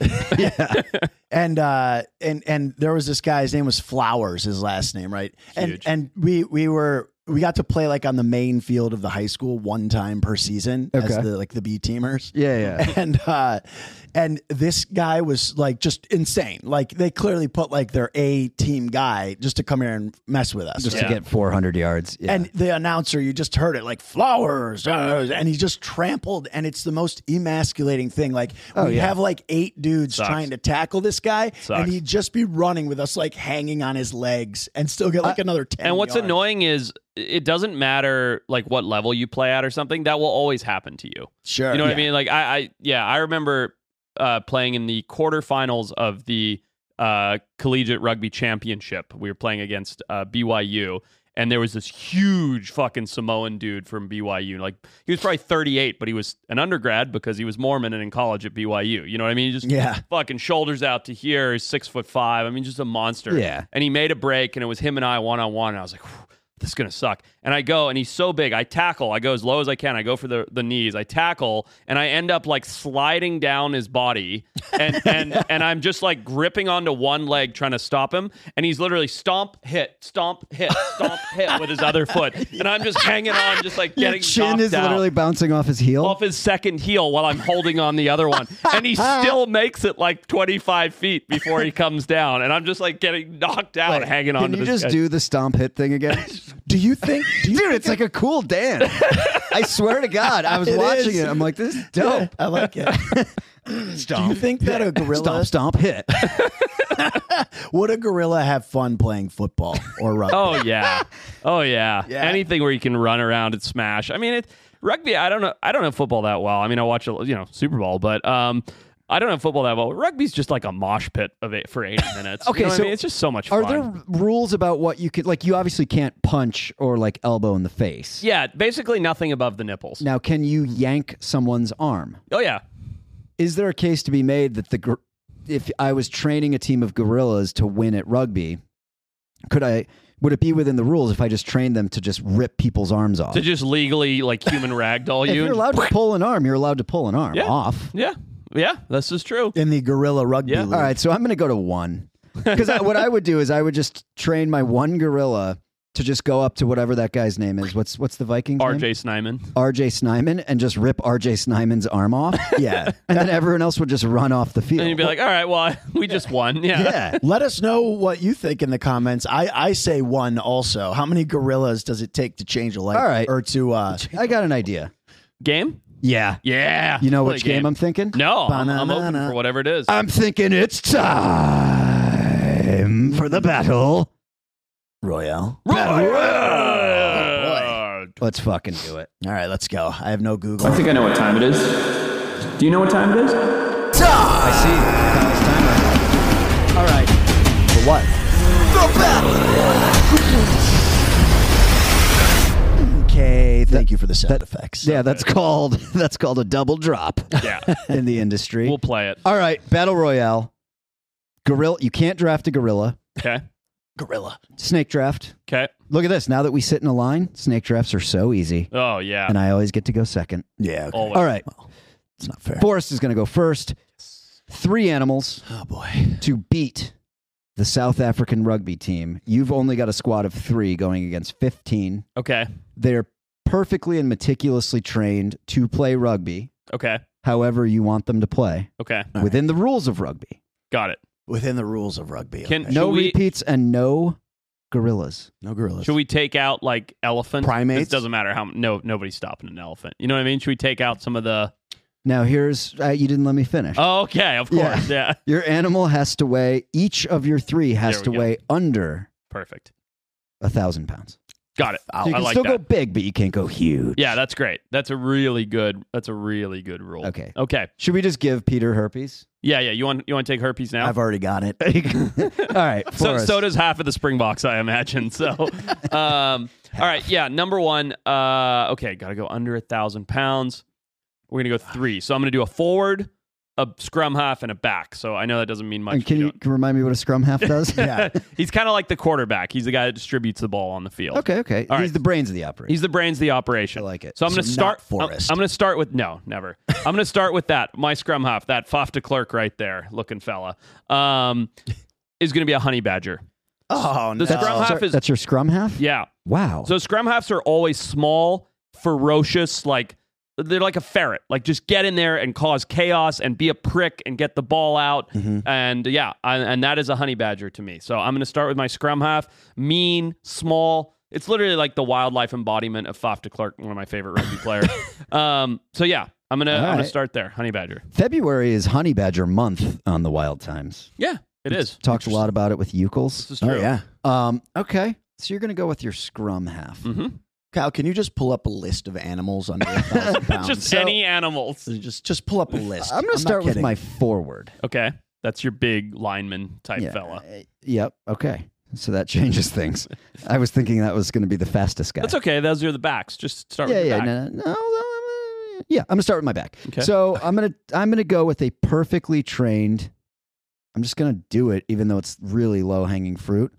and uh and and there was this guy his name was flowers his last name right
Huge.
and and we we were we got to play like on the main field of the high school one time per season as
Okay.
the like the b teamers
Yeah, yeah.
and uh and this guy was like just insane like they clearly put like their a team guy just to come here and mess with us
Just
Yeah.
to get 400 yards. Yeah.
and the announcer, you just heard it like flowers, uh, and he just trampled, and it's the most emasculating thing. Like we
yeah.
have like eight dudes
Oh, Sucks.
trying to tackle this guy,
Sucks.
and he'd just be running with us like hanging on his legs, and still get like another ten.
Uh, And what's
yards.
annoying is it doesn't matter like what level you play at or something. That will always happen to you.
Sure,
You know what I mean? Like I, I yeah, I remember uh, playing in the quarterfinals of the uh, collegiate rugby championship. We were playing against uh, BYU, and there was this huge fucking Samoan dude from BYU. Like he was probably 38, but he was an undergrad because he was Mormon and in college at BYU. You know what I mean? He just
Yeah.
fucking shoulders out to here. He's six foot five. I mean, just a monster.
Yeah.
And he made a break, and it was him and I one on one. And I was like, "Whew, this is gonna suck. And I go, and he's so big. I tackle. I go as low as I can. I go for the, the knees. I tackle, and I end up like sliding down his body, and and and I'm just like gripping onto one leg trying to stop him. And he's literally stomp hit, stomp hit, stomp hit with his other foot, and I'm just hanging on, just like
Your
getting
chin
knocked
is
out
literally bouncing off his heel.
off his second heel while I'm holding on the other one. And he still makes it like 25 feet before he comes down. And I'm just like getting knocked out, hanging on
Can
to
you
this
just
guy.
do the stomp hit thing again?
Do you think, do you
Dude,
think
it's like a cool dance. I swear to God, I was
It
watching
is.
it. I'm like, this is dope.
I like it. do you think that a gorilla
Stomp, stomp, hit.
would a gorilla have fun playing football or rugby?
Oh, yeah. Oh, yeah.
Yeah.
Anything where you can run around and smash. I mean, it, rugby, I don't know. I don't know football that well. I mean, I watch, a, you know, Super Bowl, but, um, I don't know football that well. Rugby's just like a mosh pit of it for 80 minutes. You
Okay,
know what I
so
mean? it's just so much
Are
fun.
there r- rules about what you could like? You obviously can't punch or like elbow in the face.
yeah, basically nothing above the nipples.
Now, can you yank someone's arm?
Oh, yeah.
Is there a case to be made that the gor- if I was training a team of gorillas to win at rugby, could I? Would it be within the rules if I just trained them to just rip people's arms off?
To just legally like human ragdoll
if
you.
you're
and-
allowed to pull an arm, you're allowed to pull an arm
Yeah.
off.
yeah. Yeah. This is true.
In the gorilla rugby
Yeah.
league.
All right, so I'm going to go to one because what I would do is I would just train my one gorilla to just go up to whatever that guy's name is. What's what's the Vikings? name?
RJ Snyman.
R.J. Snyman, and just rip R.J. Snyman's arm off,
Yeah.
and then everyone else would just run off the field.
And you'd be like, all right, well, we just won. Yeah.
yeah,
Let us know what you think in the comments. I, I say one also. How many gorillas does it take to change a light
All right.
or to uh
I got an idea.
Game?
Yeah,
Yeah.
you know
Play
which game. I'm thinking?
No, I'm, I'm open
Ba-na-na-na.
for whatever it is.
I'm thinking it's time for the battle.
Royale?
Roar!
Let's fucking do it.
All right, let's go. I have no Google.
I think I know what time it is. Do you know what time it is?
I see. Kyle's timer.
All right. For what? Okay, thank you for the sound effects.
Yeah, that's called that's called a double drop
Yeah.
in the industry.
We'll play it.
All right, battle royale. Gorilla, you can't draft a gorilla.
Okay.
gorilla.
Snake draft.
Okay.
Look at this. Now that we sit in a line, snake drafts are so easy,
Oh, yeah.
and I always get to go second.
Yeah, okay.
Always.
All right,
it's not fair.
Forrest is going to go first. Three animals
Oh boy.
to beat the South African rugby team. You've only got a squad of three going against 15.
Okay.
They're perfectly and meticulously trained to play rugby
Okay.
however you want them to play
Okay.
All right.
within the rules of rugby.
Got it.
Within the rules of rugby.
Can-
okay.
No
Should we-
repeats and no gorillas.
no gorillas.
Should we take out like elephant
Primates?
It doesn't matter how. No, nobody's stopping an elephant. You know what I mean? Should we take out some of the?
Now, here's uh, you didn't let me finish.
Oh, okay, of
Yeah.
course. Yeah,
Your animal has to weigh, each of your three has
There
to
we go.
weigh under
perfect.
a thousand pounds.
Got it.
So you
I
can
like
still
that.
go big, but you can't go huge.
Yeah, that's great. That's a really good. That's a really good rule.
Okay.
Okay.
Should we just give Peter herpes?
Yeah, yeah. You want you want to take herpes now?
I've already got it.
All right.
so
Forrest.
so does half of the spring box, I imagine. So, um, all right. Yeah. Number one. Uh, okay. Got to go under a thousand pounds. We're gonna go three. So I'm gonna do a forward, a scrum half, and a back. So I know that doesn't mean much.
And
if
can
you
you,
don't-
can you remind me what a scrum half does?
Yeah.
He's kind of like the quarterback. He's the guy that distributes the ball on the field.
Okay, okay.
All
He's
right.
the brains of the operation.
He's the brains of the operation.
I like it.
So I'm
So
going to start.
not
I'm,
Forrest.
I'm going to start with no, never. I'm going to start with that. My scrum half, that Faf de Klerk right there, looking fella, um, is going to be a honey badger.
Oh no.
The scrum half
Sorry,
is
That's your scrum half?
yeah.
Wow.
So scrum halves are always small, ferocious, like they're like a ferret. Like just get in there and cause chaos and be a prick and get the ball out.
Mm-hmm.
And yeah, I, and that is a honey badger to me. So I'm going to start with my scrum half, mean, small. It's literally like the wildlife embodiment of Faf de Klerk, one of my favorite rugby players. Um, so yeah, I'm gonna I'm gonna
right.
start there, honey badger.
February is honey badger month on the Wild Times.
Yeah, it is.
Talked a lot about it with Eucles.
This is
oh
true.
yeah.
Um, okay. So you're going to go with your scrum half.
Mhm.
Kyle, can you just pull up a list of animals under a thousand pounds?
Just
So-
any animals.
just just pull up a list.
I'm going
not
to start with
kidding.
my forward.
Okay, that's your big lineman type
Yeah.
fella.
Uh, Yep. Okay. So that changes things. I was thinking that was going to be the fastest guy.
That's okay. Those are the backs. Just start
yeah,
with your
yeah,
back.
no, no, no, no, uh, yeah. I'm gonna start with my back.
Okay.
So I'm gonna I'm gonna go with a perfectly trained. I'm just gonna do it, even though it's really low hanging fruit.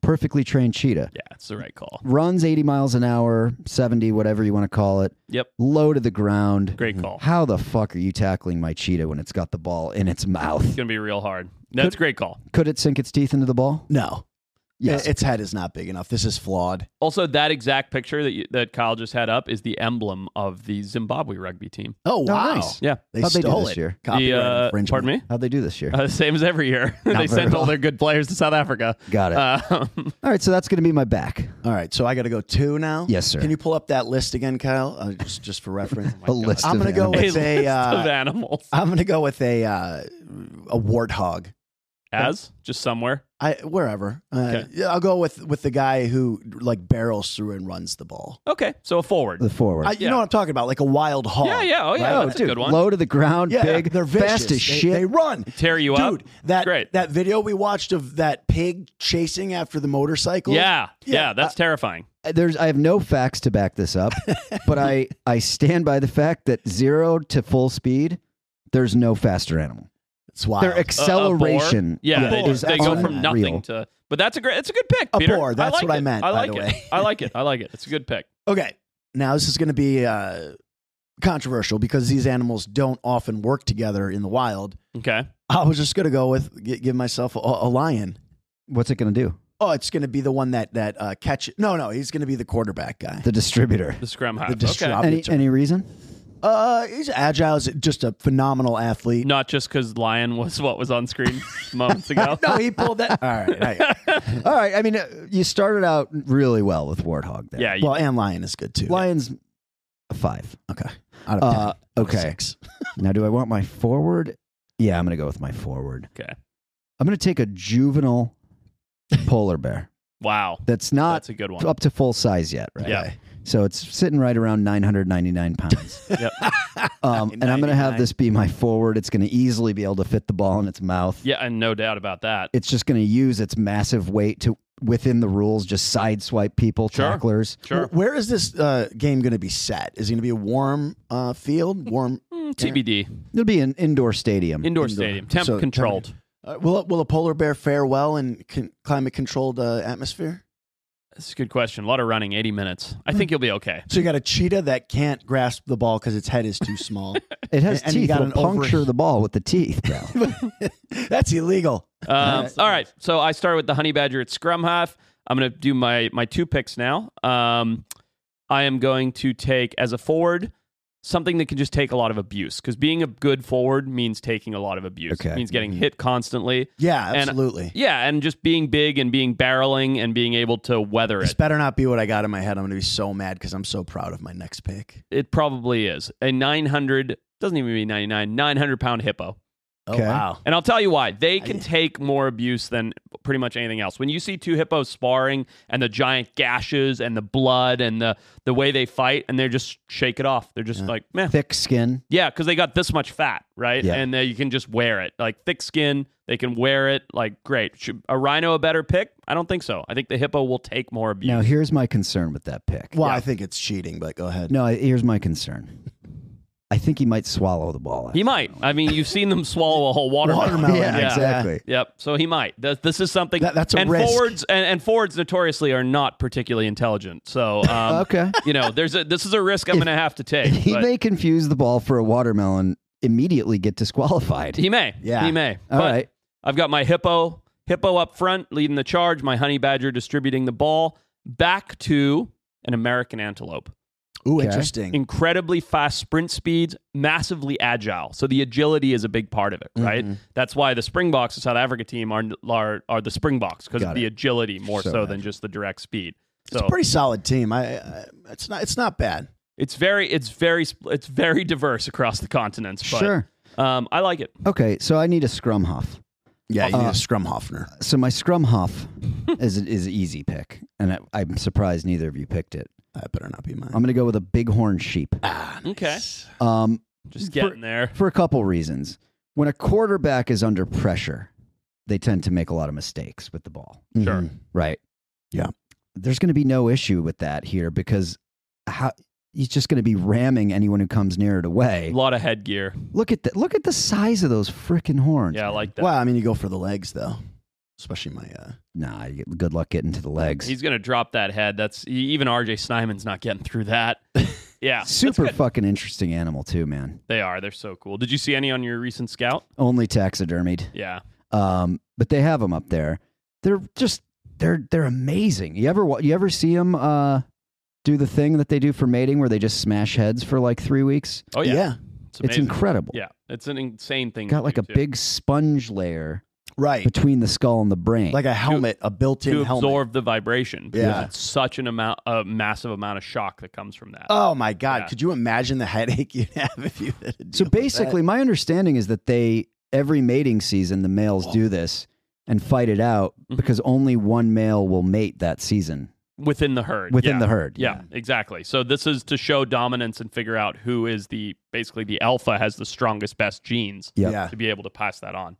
Perfectly trained cheetah
Yeah, it's the right call.
runs 80 miles an hour, 70, whatever you want to call it.
Yep.
Low to the ground.
Great call.
How the fuck are you tackling my cheetah when it's got the ball in its
It's
mouth?
gonna be real hard. That's a great call.
Could it sink its teeth into the ball?
no.
Yes.
its head is not big enough. This is flawed.
Also, that exact picture that you, that Kyle just had up is the emblem of the Zimbabwe rugby team.
Oh wow!
nice.
Yeah.
They
How'd they do
stole
this
it.
year?
The,
Copyright
uh,
infringement.
pardon me.
How'd they do this year?
Uh, same as every year. they
very
sent all
well.
their good players to South Africa.
Got it.
Um,
All right. So that's gonna be my back.
All right, so I got to go two now.
Yes, sir.
Can you pull up that list again, Kyle? Uh, just just for reference.
A list.
I'm
of
gonna go
animals.
a
It's
list
a, uh,
of animals.
I'm gonna go with a uh, a warthog.
As just somewhere.
I wherever. Uh,
Okay.
yeah, I'll go with with the guy who like barrels through and runs the ball.
Okay, so a forward.
the forward.
I, you
Yeah.
know what I'm talking about, like a wild hog.
yeah, yeah. Oh yeah,
Oh,
that's
dude,
a good one.
low to the ground,
Yeah,
big,
they're vicious.
fast as
They-
shit.
They run.
Tear you up.
Dude, that
Great.
that video we watched of that pig chasing after the motorcycle.
yeah, yeah,
Yeah,
that's terrifying.
There's, I have no facts to back this up, but I, I stand by the fact that zero to full speed, there's no faster animal.
it's wild.
Their
Uh, A- a boar?
acceleration,
yeah, they,
boar.
just, they go from
unreal.
nothing to. But that's a great. It's a good pick,
A
Peter.
boar, that's
like
what I
it.
meant,
I
by
like
the
it.
way.
I like it. I like it. It's a good pick.
Okay. Now this is going to be uh, controversial because these animals don't often work together in the wild.
Okay.
I was just going to go with gi- give myself a, a lion.
What's it gonna do?
oh, it's going to be the one that that uh, catch. No, no, he's going to be the quarterback guy.
The distributor.
The scrum half.
The
okay.
disrupt-
Any
it's-
any reason?
Uh, he's agile. He's just a phenomenal athlete.
Not just because Lion was what was on screen moments ago.
No, he pulled that. All right, I-
All right. I mean, uh, you started out really well with Warthog. There.
Yeah, you-
well, and Lion is good too.
Lions a five.
Okay, out of ten.
Uh, okay.
Six.
Now, do I want my forward? Yeah, I'm going to go with my forward.
Okay.
I'm going to take a juvenile polar bear
wow.
that's not
That's a good one.
up to full size yet, right?
Yeah.
So it's sitting right around 999 pounds.
Yep.
Um, and I'm going to have this be my forward. It's going to easily be able to fit the ball in its mouth.
Yeah, and no doubt about that.
It's just going to use its massive weight to, within the rules, just sideswipe people,
Sure.
tacklers.
Sure.
Wh- Where is this uh, game going to be set? Is it going to be a warm uh, field? Warm.
Mm, TBD.
It'll be an indoor stadium.
Indoor, stadium. Temp
So,
controlled.
Uh, will will a polar bear fare well in con- climate controlled uh, atmosphere?
That's a good question. A lot of running, 80 minutes. I
Hmm.
think you'll be okay.
So you got a cheetah that can't grasp the ball because its head is too small.
it has
and you
teeth.
got
It'll
an over-
puncture the ball with the teeth, bro.
That's illegal.
Um, all right. So I start with the Honey Badger at Scrum Half. I'm going to do my, my two picks now. Um, I am going to take, as a forward, something that can just take a lot of abuse because being a good forward means taking a lot of abuse.
Okay.
It means getting hit constantly.
Yeah,
And-
absolutely.
Yeah, and just being big and being barreling and being able to weather
This
it.
better not be what I got in my head. I'm going to be so mad because I'm so proud of my next pick.
It probably is. A 900, doesn't even mean 99, 900 pound hippo.
Oh,
Okay.
wow.
And I'll tell you why. They can take more abuse than pretty much anything else. When you see two hippos sparring and the giant gashes and the blood and the, the way they fight and they just shake it off. They're just like, meh.
Thick skin.
Yeah, because they got this much fat, right?
Yeah.
And uh, you can just wear it. Like thick skin, they can wear it. Like, great. Should a rhino a better pick? I don't think so. I think the hippo will take more abuse.
Now, here's my concern with that pick.
Well, I think it's cheating, but go ahead.
No, I- here's my concern. I think he might swallow the ball.
He might. I mean, you've seen them swallow a whole watermelon.
Watermelon.
Yeah,
Yeah.
exactly.
Yep. So he might. Th- This is something
That- that's a
and
risk.
forwards and, and forwards notoriously are not particularly intelligent. So um,
Okay.
you know, there's a this is a risk I'm going to have to take.
He
but-
may confuse the ball for a watermelon, immediately get disqualified.
He may.
Yeah.
He may.
All
but
right.
I've got my hippo hippo up front leading the charge. My honey badger distributing the ball back to an American antelope.
Ooh,
Okay.
interesting.
incredibly fast sprint speeds, massively agile. So the agility is a big part of it,
Mm-hmm.
right? That's why the Springboks, the South Africa team, are are, are the Springboks because of
Got
the
it.
agility more
So
so, than just the direct speed.
It's
So
a pretty solid team. I, I it's not it's not bad.
it's very it's very spl- it's very diverse across the continents. But,
Sure.
um, I like it.
Okay, so I need a scrum huff.
Yeah, you need
Uh,
a Scrumhoffner.
So my scrum huff is is an easy pick, and I, I'm surprised neither of you picked it.
That better not be mine.
I'm going to go with a bighorn sheep.
Okay,
Um,
just getting there.
for a couple reasons. When a quarterback is under pressure, they tend to make a lot of mistakes with the ball.
Mm-hmm.
Sure.
Right.
Yeah.
There's going to be no issue with that here because how he's just going to be ramming anyone who comes near it away.
A lot of headgear.
Look at that. Look at the size of those freaking horns.
Yeah, I like that.
Well, I mean, you go for the legs though, especially my. Uh,
Nah, you- good luck getting to the legs.
He's gonna drop that head. That's e, even R.J. Snyman's not getting through that. Yeah, that's
Super
good.
fucking interesting animal too, man.
They are. They're so cool. Did you see any on your recent scout?
Only taxidermied.
Yeah.
Um, but they have them up there. They're just they're they're amazing. You ever wa- you ever see them uh, do the thing that they do for mating where they just smash heads for like three weeks?
Oh yeah. It's
It's
amazing.
incredible.
Yeah, it's an insane thing.
Got
to
like
do,
a
too.
big sponge layer
right,
between the skull and the brain.
like a helmet, a built-in
to
helmet.
absorb the vibration. because
Yeah.
it's such an amount, a massive amount of shock that comes from that.
Uh,
Oh my God!
Yeah.
Could you imagine the headache you'd have if you? Had to
so
deal with that?
basically, my understanding is that they every mating season the males do this and fight it out
Mm-hmm.
Mhm.
because only one male will mate that season
within the herd.
within
yeah.
the herd.
Yeah, exactly. So this is to show dominance and figure out who is the basically the alpha has the strongest, best genes
Yep.
yeah,
to be able to pass that on.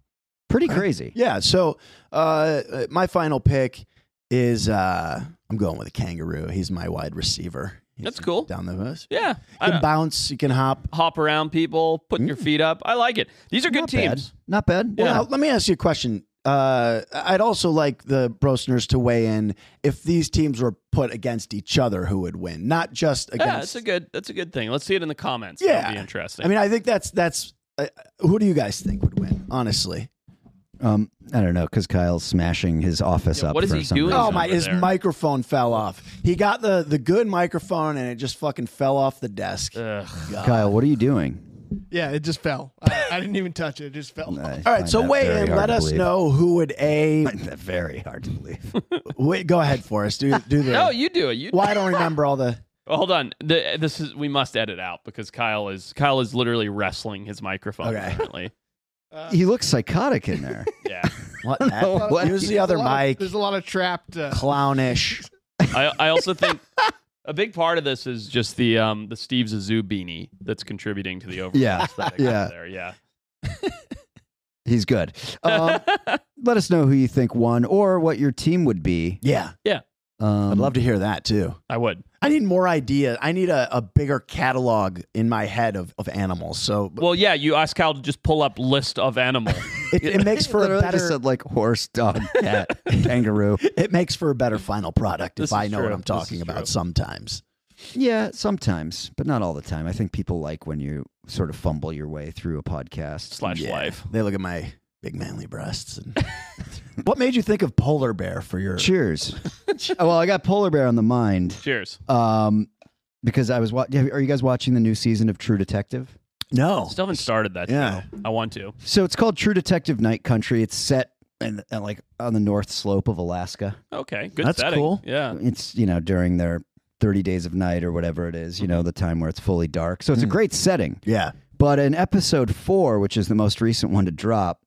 Pretty crazy.
yeah. So uh, uh, my final pick is uh, I'm going with a kangaroo. He's my wide receiver. He's
That's cool.
Down the bus.
Yeah,
You
I-
can bounce. You can hop.
hop around people, put your feet up. I like it. These are good
Mm. Not bad.
teams.
Not bad.
Yeah.
Now, Uh, let me ask you a question. Uh, I'd also like the Brosners to weigh in if these teams were put against each other, who would win, not just
Yeah, that's
against.
a good. That's a good thing. Let's see it in the comments.
Yeah.
That'll be interesting.
I mean, I think that's that's. Uh, who do you guys think would win? Honestly,
Um, I don't know because Kyle's smashing his office
Yeah,
up.
what is
for
he
some
doing?
reason.
Oh,
Oh my!
over
His
there.
microphone fell off. He got the the good microphone, and it just fucking fell off the desk.
Ugh.
God.
Kyle, what are you doing?
Yeah, it just fell. I, I didn't even touch it. It just fell.
I
Oh, All right,
find
so
that
weigh
very
in.
hard
Let
to
us
believe.
know who would a.
Find that very hard to believe.
Wait, go ahead for us. Do do the.
No, you do it. You
Well, I don't remember all the.
hold on. The, this is we must edit out because Kyle is Kyle is literally wrestling his microphone.
Okay.
Apparently,
Uh,
he looks psychotic in there.
yeah.
What?
know
that-
what
Use
he-
the other
a lot of-
mic.
there's a lot of trapped. Uh,
Clownish.
I I also think a big part of this is just the um the Steve Zissou beanie that's contributing to the overall
Yeah,
aesthetic
yeah.
out there. Yeah.
He's good. Um, let us know who you think won or what your team would be.
Yeah,
Um,
I'd love to hear that too.
I would.
I need more idea. I need a, a bigger catalog in my head of, of animals. So
Well, yeah. You ask Kyle to just pull up list of animal.
it, it makes for a
Literally
better.
just said like horse, dog, cat, kangaroo.
it makes for a better final product
This
if I
is
know
true.
what I'm
This
talking
is true.
about. Sometimes.
Yeah, sometimes, but not all the time. I think people like when you sort of fumble your way through a podcast.
slash
Yeah.
life.
They look at my big manly breasts. And... what made you think of polar bear for your?
Cheers. Oh, well, I got polar bear on the mind
Cheers.
um, because I was. Wa- are you guys watching the new season of True Detective?
No.
Still haven't started that.
Yeah.
Yeah. I want to.
So it's called True Detective Night Country. It's set in, in, like on the north slope of Alaska.
Okay. Good.
That's
setting.
cool.
Yeah.
It's you know during their thirty days of night or whatever it is. You know the time where it's fully dark. So it's a great setting.
Yeah.
But in episode four, which is the most recent one to drop,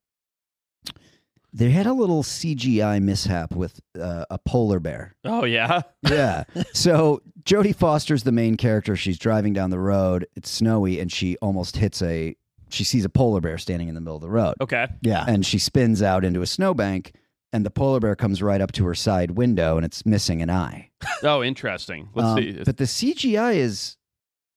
they had a little CGI mishap with uh, a polar bear.
Oh yeah.
Yeah. so Jodie Foster's the main character. She's driving down the road. It's snowy, and she almost hits a. She sees a polar bear standing in the middle of the road,
Okay.
Yeah.
and she spins out into a snowbank. And the polar bear comes right up to her side window, and it's missing an eye.
Oh, interesting. Let's
Um,
see.
But the CGI is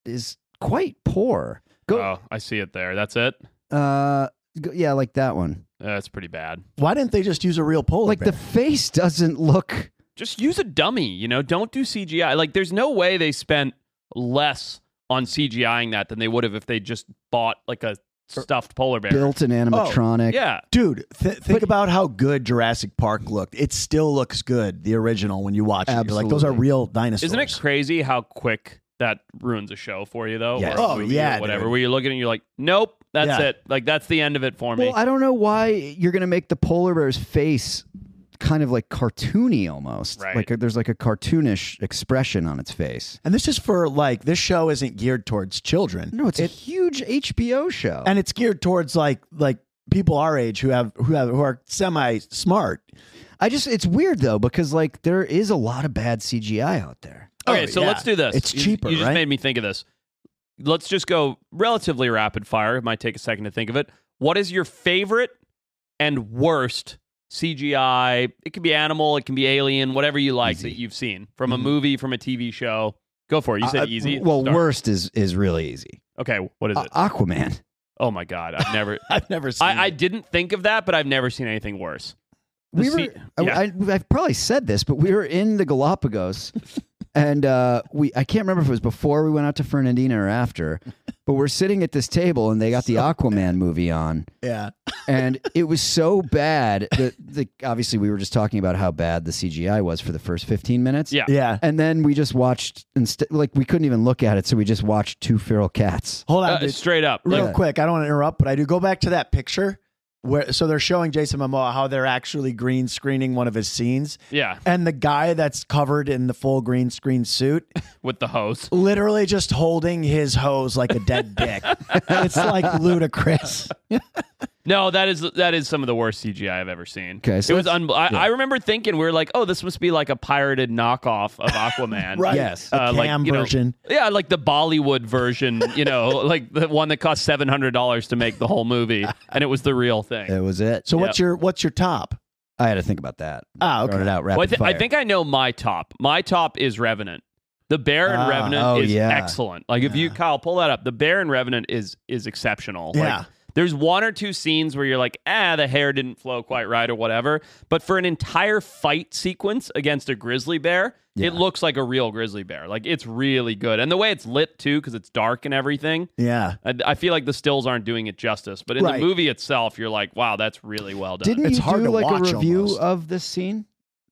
is quite poor. Go,
Oh, I see it there. That's it.
uh, go, yeah, like that one.
That's pretty bad.
Why didn't they just use a real polar
like
bear?
the face doesn't look
Just use a dummy. You know, don't do CGI. Like, there's no way they spent less on CGIing that than they would have if they just bought like a stuffed polar bear.
built in animatronic.
Oh, yeah.
Dude, th- think
But-
about how good Jurassic Park looked. It still looks good, the original, when you watch it. You're like, those are
Absolutely.
real dinosaurs.
Isn't it crazy how quick that ruins a show for you though?
Yes.
Or a
Oh,
movie
yeah,
Or whatever.
dude.
Where you look at it and you're like, nope, that's
Yeah.
it. Like that's the end of it for me.
Well, I don't know why you're gonna make the polar bear's face kind of like cartoony almost.
Right.
Like a, there's like a cartoonish expression on its face.
And this is for like, this show isn't geared towards children.
No, it's a huge HBO show.
and it's geared towards like like people our age who have who have who are semi smart.
I just it's weird though because like there is a lot of bad CGI out there.
Okay,
Oh,
so
yeah.
let's do this.
It's
You-
cheaper,
You just
right?
made me think of this. Let's just go relatively rapid fire. It might take a second to think of it. What is your favorite and worst CGI? It can be animal, it can be alien, whatever you like that you've seen from
Mm-hmm.
a movie, from a TV show. Go for it.
Uh,
You said
I-
easy.
Uh, Well,
Start.
worst is is really easy.
Okay, what
uh,
is it?
A- Aquaman.
oh my god, I've never.
I've never seen.
I, I didn't think of that, but I've never seen anything worse. The
we were
se-
I,
yeah.
I, have probably said this but we were in the galapagos and uh, we i can't remember if it was before we went out to fernandina or after but we're sitting at this table and they got the aquaman movie on
yeah,
and it was so bad that the, obviously we were just talking about how bad the cgi was for the first 15 minutes
Yeah.
yeah.
and then we just watched instead like we couldn't even look at it so we just watched two feral cats
Hold on,
Uh,
dude.
straight up.
real
Like,
quick. I don't want to interrupt, but I do. Go back to that picture where so they're showing Jason Momoa how they're actually green screening one of his scenes,
yeah,
and the guy that's covered in the full green screen suit,
with the hose.
literally just holding his hose like a dead dick. it's like ludicrous.
No, that is that is some of the worst CGI I've ever seen.
Okay, so
it was
that's-
unbel- I, I remember thinking we were like, oh, this must be like a pirated knockoff of Aquaman,
Right.
Yes.
The
Uh,
cam
like, you know-
version.
Yeah, like the Bollywood version, you know, like the one that cost seven hundred dollars to make the whole movie, and it was the real thing.
that was it
So what's your what's your top?
i had to think about that
Ah, okay.
Started out rapid
Well, I, thi- I
fire.
think I know my top. My top is Revenant. The Bear and
Ah,
Revenant
oh,
is
yeah.
excellent. Like if you, Kyle, pull that up. The Bear and Revenant is is exceptional.
Yeah.
Like There's one or two scenes where you're like, ah, the hair didn't flow quite right or whatever. But for an entire fight sequence against a grizzly bear,
Yeah.
it looks like a real grizzly bear. Like it's really good. And the way it's lit too, because it's dark and everything.
Yeah.
I, I feel like the stills aren't doing it justice, but in
Right.
the movie itself, you're like, wow, that's really well done.
Didn't
It's
you
hard
do
to
like a
watch
review
almost.
of this scene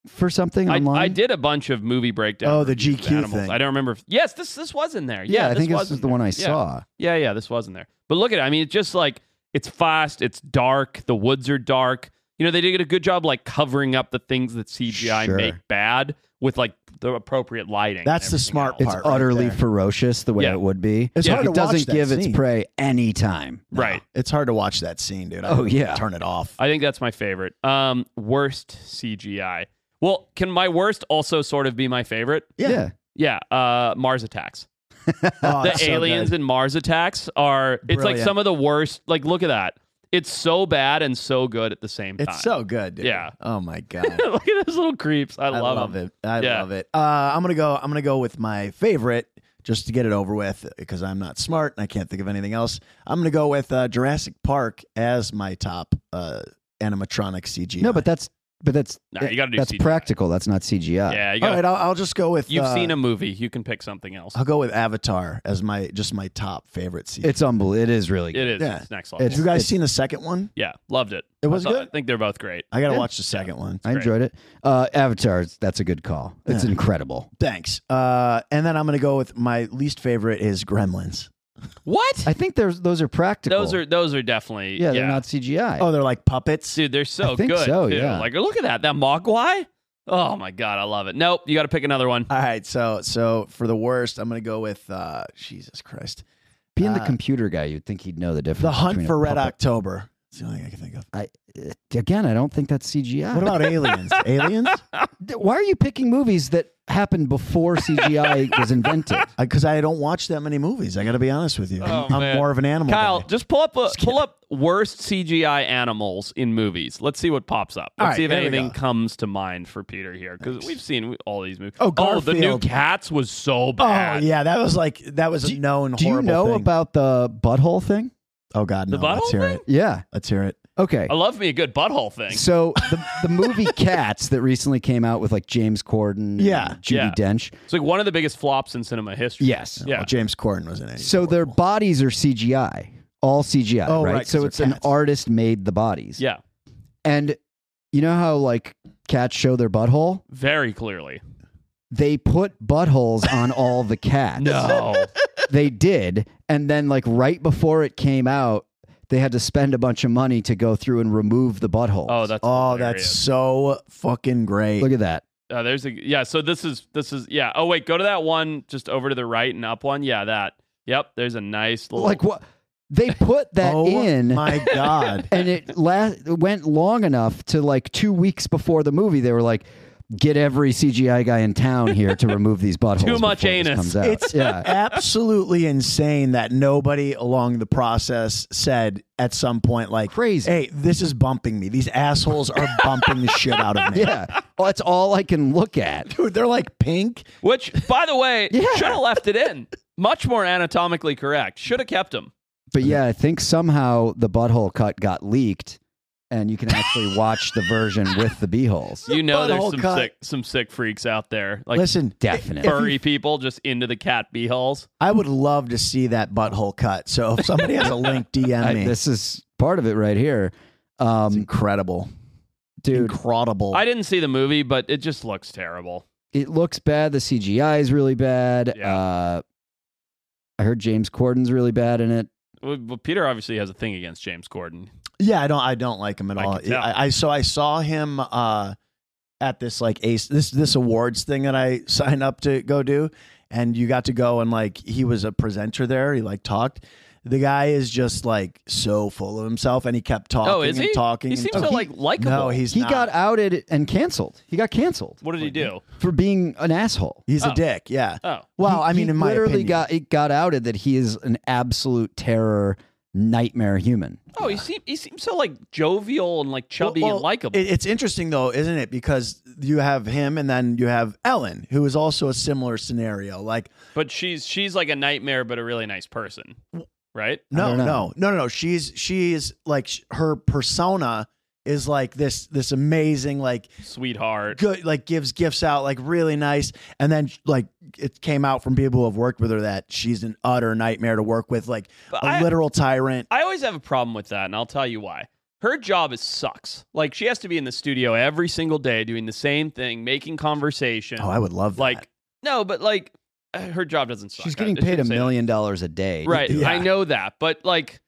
for something
I,
online?
I did a bunch of movie breakdown.
Oh, the
reviews of
GQ
animals.
thing.
I don't remember. If, yes, this this was in there.
Yeah,
Yeah,
I think
was
this
in
is the
there.
one I
Yeah.
saw.
Yeah, yeah, this was in there. But look at it. I mean, it's just like it's fast. It's dark. The woods are dark. You know, they did a good job like covering up the things that CGI
Sure.
make bad with like the appropriate lighting. and
That's the
everything
smart
else.
It's
Part right
utterly
there.
ferocious the way
Yeah.
it would be.
It's
If
hard
it
to watch
doesn't
that
give
scene.
its prey any time.
Right.
It's hard to watch that scene, dude. I
Oh,
would
yeah.
Turn it off.
I think that's my favorite. Um, worst CGI. Well, can my worst also sort of be my favorite?
Yeah.
Yeah, uh, Mars Attacks.
Oh,
the
it's so
aliens
good.
in Mars Attacks are. It's like
Brilliant.
some of the worst. Like, look at that. It's so bad and so good at the same time.
It's so good, dude.
Yeah.
Oh my god.
look at those little creeps. I,
I
love,
love,
them.
it. I
Yeah.
love it. Uh, I'm gonna go. I'm gonna go with my favorite just to get it over with because I'm not smart and I can't think of anything else. I'm gonna go with uh, Jurassic Park as my top uh, animatronic CG.
No, but that's but that's
Nah, you gotta do
that's
CGI.
practical. That's not CGI.
Yeah, you
all
gotta,
right, uh, I'll, I'll just go with.
you've
uh,
seen a movie. You can pick something else.
I'll go with Avatar as my just my top favorite CG.
It's unbelievable. It is really good.
It is.
Yeah.
It's next level.
It's-
Have you guys
it's-
seen the second one?
yeah, loved it.
It
I
was
thought-
good?
I think they're both great.
I gotta
Yeah.
watch the second one.
I
great.
enjoyed it. Uh, Avatar, that's a good call. It's
Yeah.
incredible.
Thanks. Uh, and then I'm gonna go with my least favorite is Gremlins.
What?
I think there's those are practical.
Those are those are definitely
yeah, they're not CGI.
Oh, they're like puppets.
Dude, they're so
I think
good.
so,
too.
yeah.
Like, look at that. That Mogwai? Oh, my God. I love it. Nope. You got to pick another one.
All right, so so for the worst, I'm gonna go with uh, Jesus Christ,
Being the
uh,
computer guy, you'd think he'd know the difference.
The Hunt
between a
for Red
puppet-
October. It's the only thing I can think of.
I- Again, I don't think that's CGI.
What about aliens? aliens?
D- Why are you picking movies that happened before CGI was invented?
Because I, don't watch that many movies. I got to be honest with you. I'm,
Oh,
I'm
man.
more of an animal.
Kyle,
guy.
just pull up a, pull up worst CGI animals in movies. Let's see what pops up. Let's
All right,
see if
there we
anything
go.
comes to mind for Peter here because we've seen all these movies.
Oh,
the new
Garfield.
Cats was so
oh
bad.
yeah, that was like that was a known.
Do you
horrible
know
thing.
about the butthole thing?
Oh God,
The
no. Let's
butthole
hear
thing?
it.
Yeah.
Let's hear it.
Okay.
I love me a good butthole thing.
So the, the movie Cats that recently came out with like James Corden,
Yeah.
and Judy
Yeah.
Dench.
It's like one of the biggest flops in cinema history.
Yes.
Yeah.
Well, Oh, James Corden was in it. He's
So their
horrible.
bodies are CGI, all CGI,
Oh, right, 'cause
so
they're
it's an
cats.
artist made the bodies.
Yeah.
And you know how like cats show their butthole?
Very clearly.
They put buttholes on all the cats.
No.
They did. And then like right before it came out, they had to spend a bunch of money to go through and remove the buttholes.
oh, that's.
Oh, that's
hilarious.
so fucking great.
Look at that.
Uh, there's a yeah. So this is this is yeah. Oh wait, go to that one just over to the right and up one. Yeah, that. Yep. There's a nice little
Like what they put that
oh
in
my God.
and it la- went long enough to like two weeks before the movie they were like get every cgi guy in town here to remove these buttholes
Too much
before this
anus.
comes out.
It's-
yeah
absolutely insane that nobody along the process said at some point like
Crazy.
hey this is bumping me these assholes are bumping the shit out of me
yeah well, that's all i can look at
dude they're like pink
Which, by the way,
Yeah.
should have left it in. Much more anatomically correct. Should have kept him.
but yeah i think somehow the butthole cut got leaked and you can actually watch the version with the beeholes
You know, there's
butthole
some
cut.
sick, some sick freaks out there, like
listen
definite
furry people just into the cat beeholes.
i would love to see that butthole cut so if somebody has a link dm
I-
me
this is part of it right here
it's
um
incredible
dude
incredible
I didn't see the movie, but it just looks terrible.
it looks bad the cgi is really bad
Yeah.
uh i heard james corden's really bad in it
Well, well, Peter obviously has a thing against James Corden.
yeah i don't i don't like him at
I
all
can tell.
I, I so i saw him uh at this like ace this this awards thing that i signed up to go do and you got to go and like he was a presenter there he like talked the guy is just like so full of himself and he kept talking
oh, is
and
he
talking
He
and
seems
talking.
so like likable.
no he's
he
not.
got outed and canceled. He got canceled
What did he do?
for being an asshole.
he's
Oh.
a dick yeah
Oh,
well
He-
i mean
he
in my
literally
opinion
got it got outed that he is an absolute terror nightmare human.
oh, he seemed he seems so like jovial and like chubby
Well, well,
and likable.
it- it's interesting though, isn't it? Because you have him, and then you have Ellen, who is also a similar scenario. Like
but she's she's like a nightmare, but a really nice person. right?
No,
don't
no,
know.
no, no, no. She's she's like sh- her persona is like this this amazing like
Sweetheart.
good like gives gifts out like really nice and then like it came out from people who have worked with her that she's an utter nightmare to work with like
But
a
I-
literal tyrant.
I always have a problem with that, and I'll tell you why. Her job is sucks. Like she has to be in the studio every single day doing the same thing, making conversation.
Oh, I would love that.
like no, but like uh, her job doesn't suck.
She's
I-
getting
I
paid a
shouldn't say that.
million dollars a day.
Right.
Yeah.
I know that. But like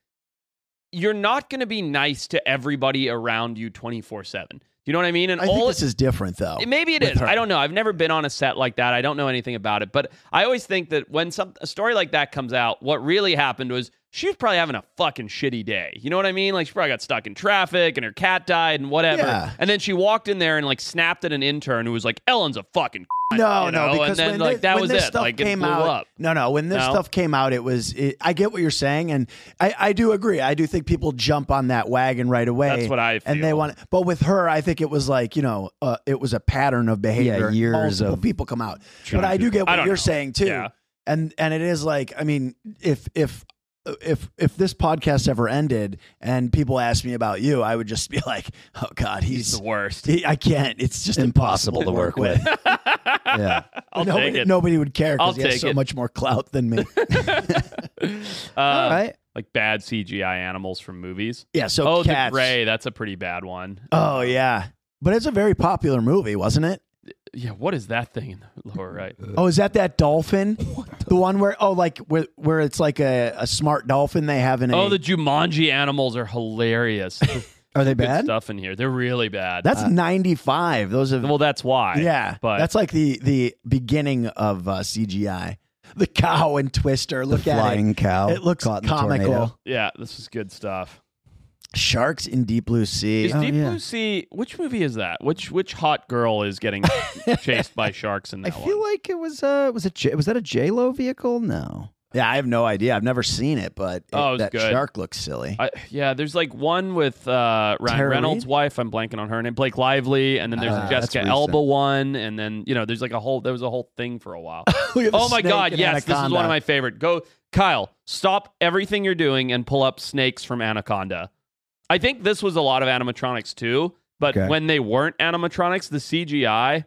you're not going to be nice to everybody around you 24/7. Do you know what I mean? And
I
all
think this is different though.
it- maybe it
Oh, with
is.
her.
I don't know. I've never been on a set like that. I don't know anything about it. But I always think that when some a story like that comes out, what really happened was she was probably having a fucking shitty day. You know what I mean? Like she probably got stuck in traffic and her cat died and whatever.
Yeah.
And then she walked in there and like snapped at an intern who was like, "Ellen's a fucking."
No,
you
no,
know,
because
and then,
when
like,
thi-
that
when
was
this
it.
Stuff
Like, it
came
blew
out,
up.
No, no, when this
No?
stuff came out, it was. It, I get what you're saying, and I, I do agree. I do think people jump on that wagon right away.
That's what I
and they
feel.
want. But with her, I think it was like you know, uh, it was a pattern of behavior. and
years
Multiple
of
people come out, but I do get
I
what
don't
you're
know.
saying too.
Yeah.
And and it is like I mean, if if if if this podcast ever ended and people asked me about you, I would just be like, oh God,
He's
he's.
the worst.
he- I can't. It's just
Impossible
impossible,
to work with. Yeah.
I'll
nobody,
take it.
nobody would care
I'll
because he has
take
so
it.
much more clout than me.
Uh,
All right.
Like bad CGI animals from movies.
yeah, so
Oh,
cats.
the Gray. That's a pretty bad one.
Oh yeah, but it's a very popular movie, wasn't it?
Yeah, what is that thing in the lower right?
Oh, is that that dolphin? the one where oh, like where, where it's like a, a smart dolphin they have in a.
Oh, the Jumanji animals are hilarious. There's
Are they
good
bad?
stuff in here. They're really bad.
Uh,
that's ninety five. Those are
well, that's why.
yeah,
but
that's like the the beginning of uh, CGI. The cow and Twister. Look at
Flying
it.
cow.
It looks
caught in the
comical.
tornado.
yeah, this is good stuff.
Sharks in deep blue sea.
Is
Oh,
Deep
yeah.
Blue Sea? Which movie is that? Which which hot girl is getting chased by sharks in
I
that
feel
one?
like it was uh was it J- was that a J Lo vehicle?
Oh,
No.
yeah, I have no idea. I've never seen it, but it-
Oh, it was
that
good.
shark looks silly.
I, yeah, there's like one with uh, Ryan
Tara
Reynolds'
Reid?
wife. I'm blanking on her name. Blake Lively, and then there's
Ah,
a
that's
Jessica
recent.
Elba one, and then you know there's like a whole there was a whole thing for a while.
We have a
Oh my
snake
God!
and
Yes, this is
anaconda.
one of my favorite. Go, Kyle! Stop everything you're doing and pull up snakes from Anaconda. I think this was a lot of animatronics too, but
Okay.
when they weren't animatronics, the CGI.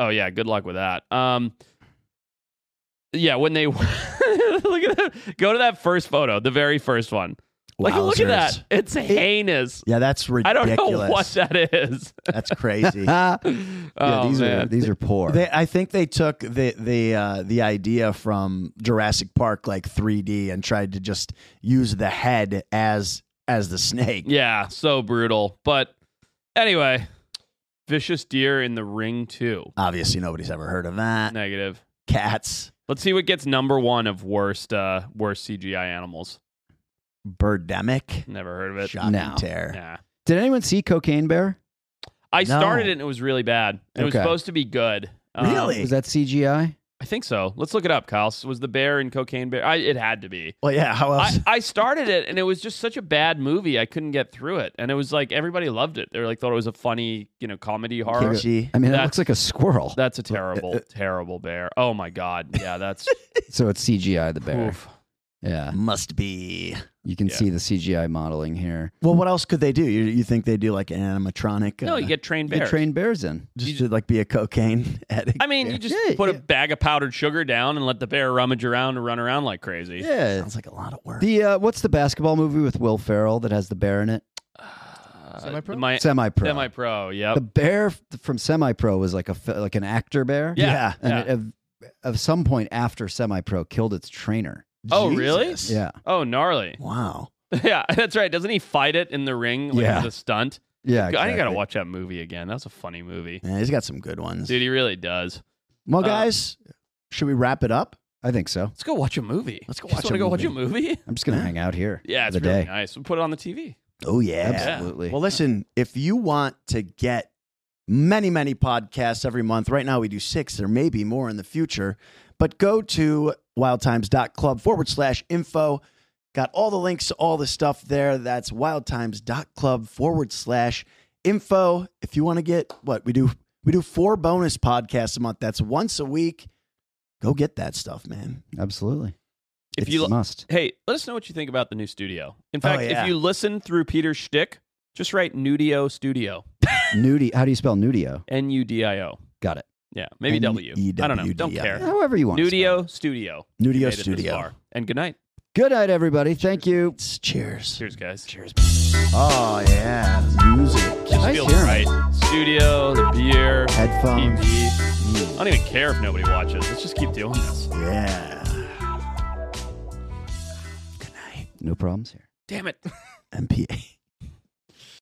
Oh yeah, good luck with that. Um, yeah, when they look at that, go to that first photo, the very first one. Like look at
Wowzers.
that, it's heinous.
Yeah, that's
I
ridiculous.
don't know what that is.
That's crazy.
Ah. yeah,
oh
these
man.
are these are poor.
they, I think they took the the uh, the idea from Jurassic Park, like 3D, and tried to just use the head as as the snake.
Yeah, so brutal. But anyway, vicious deer in the ring too.
Obviously, nobody's ever heard of that.
Negative.
Cats,
Let's see what gets number one of worst uh worst CGI animals.
birdemic,
Never heard of it.
shock
No.
and terror.
Nah.
Did anyone see Cocaine Bear?
I
No.
started it and it was really bad. It was
Okay.
supposed to be good. Um,
Really?
Was that CGI?
I think so. Let's look it up, Kyle. So Was the bear and cocaine bear? I, it had to be.
Well, yeah. How else?
I, I started it and it was just such a bad movie. I couldn't get through it. And it was like everybody loved it. They were like thought it was a funny, you know, comedy horror.
Kimchi.
I mean, it
That's-
looks like a squirrel.
That's a terrible, terrible bear. Oh my god. Yeah, that's
so it's CGI the bear.
oof.
Yeah,
Must be.
you can
Yeah.
see the CGI modeling here.
Well, what else could they do? You, you think they do like an animatronic?
No,
uh,
you get trained
They
bears.
train bears in.
just
you
to like be a cocaine addict.
I mean, you just
Yeah,
put
yeah.
a bag of powdered sugar down and let the bear rummage around and run around like crazy.
Yeah.
sounds like a lot of work.
The uh, what's the basketball movie with Will Ferrell that has the bear in it?
Uh,
Semi-pro?
My,
Semi Pro.
semi pro. Yep.
The bear f- from Semi Pro was like a f- like an actor bear.
yeah.
yeah.
And
yeah.
It, of, of some point after Semi Pro killed its trainer.
Oh, really?
Jesus.
Yeah.
oh, gnarly.
Wow.
yeah, that's right. Doesn't he fight it in the ring like
Yeah.
as a stunt?
Yeah.
I gotta
exactly.
watch that movie again. That's a funny movie,
Yeah, he's got some good ones.
dude. He really does.
Well,
Uh,
guys, should we wrap it up?
I think so.
Let's go watch a movie.
Let's go
You just
watch a
wanna go watch a movie.
I'm just gonna
Yeah.
hang out here.
Yeah, it's
for the
really
day.
nice. We'll put it on the TV.
Oh yeah.
Absolutely.
Well, listen, if you want to get many, many podcasts every month, right now we do six, there may be more in the future, but go to wildtimes.club forward slash info. Got all the links to all the stuff there. That's wildtimes.club forward slash info. If you want to get what we do, we do four bonus podcasts a month. That's once a week. Go get that stuff, man.
Absolutely.
If
it's
you
a must.
Hey, let us know what you think about the new studio. In fact,
yeah.
if you listen through Peter's shtick, just write Nudio Studio,
Nudi. How do you spell nudio?
N U D I O.
Got it.
Yeah, maybe W. I don't know. Don't
N-U-D-I-O.
care.
However you want. to spell
Nudio Studio.
Nudio
You made it this
Studio.
far. And good night.
it. Good night, everybody. Thank you.
It's cheers.
Cheers, guys. Cheers.
Oh yeah, music.
Nice
Feels
hearing
right.
it.
Studio, the beer,
Headphones.
TV. I don't even care if nobody watches. Let's just keep doing this.
Yeah. Good night,
No problems here.
Damn it.
MPA.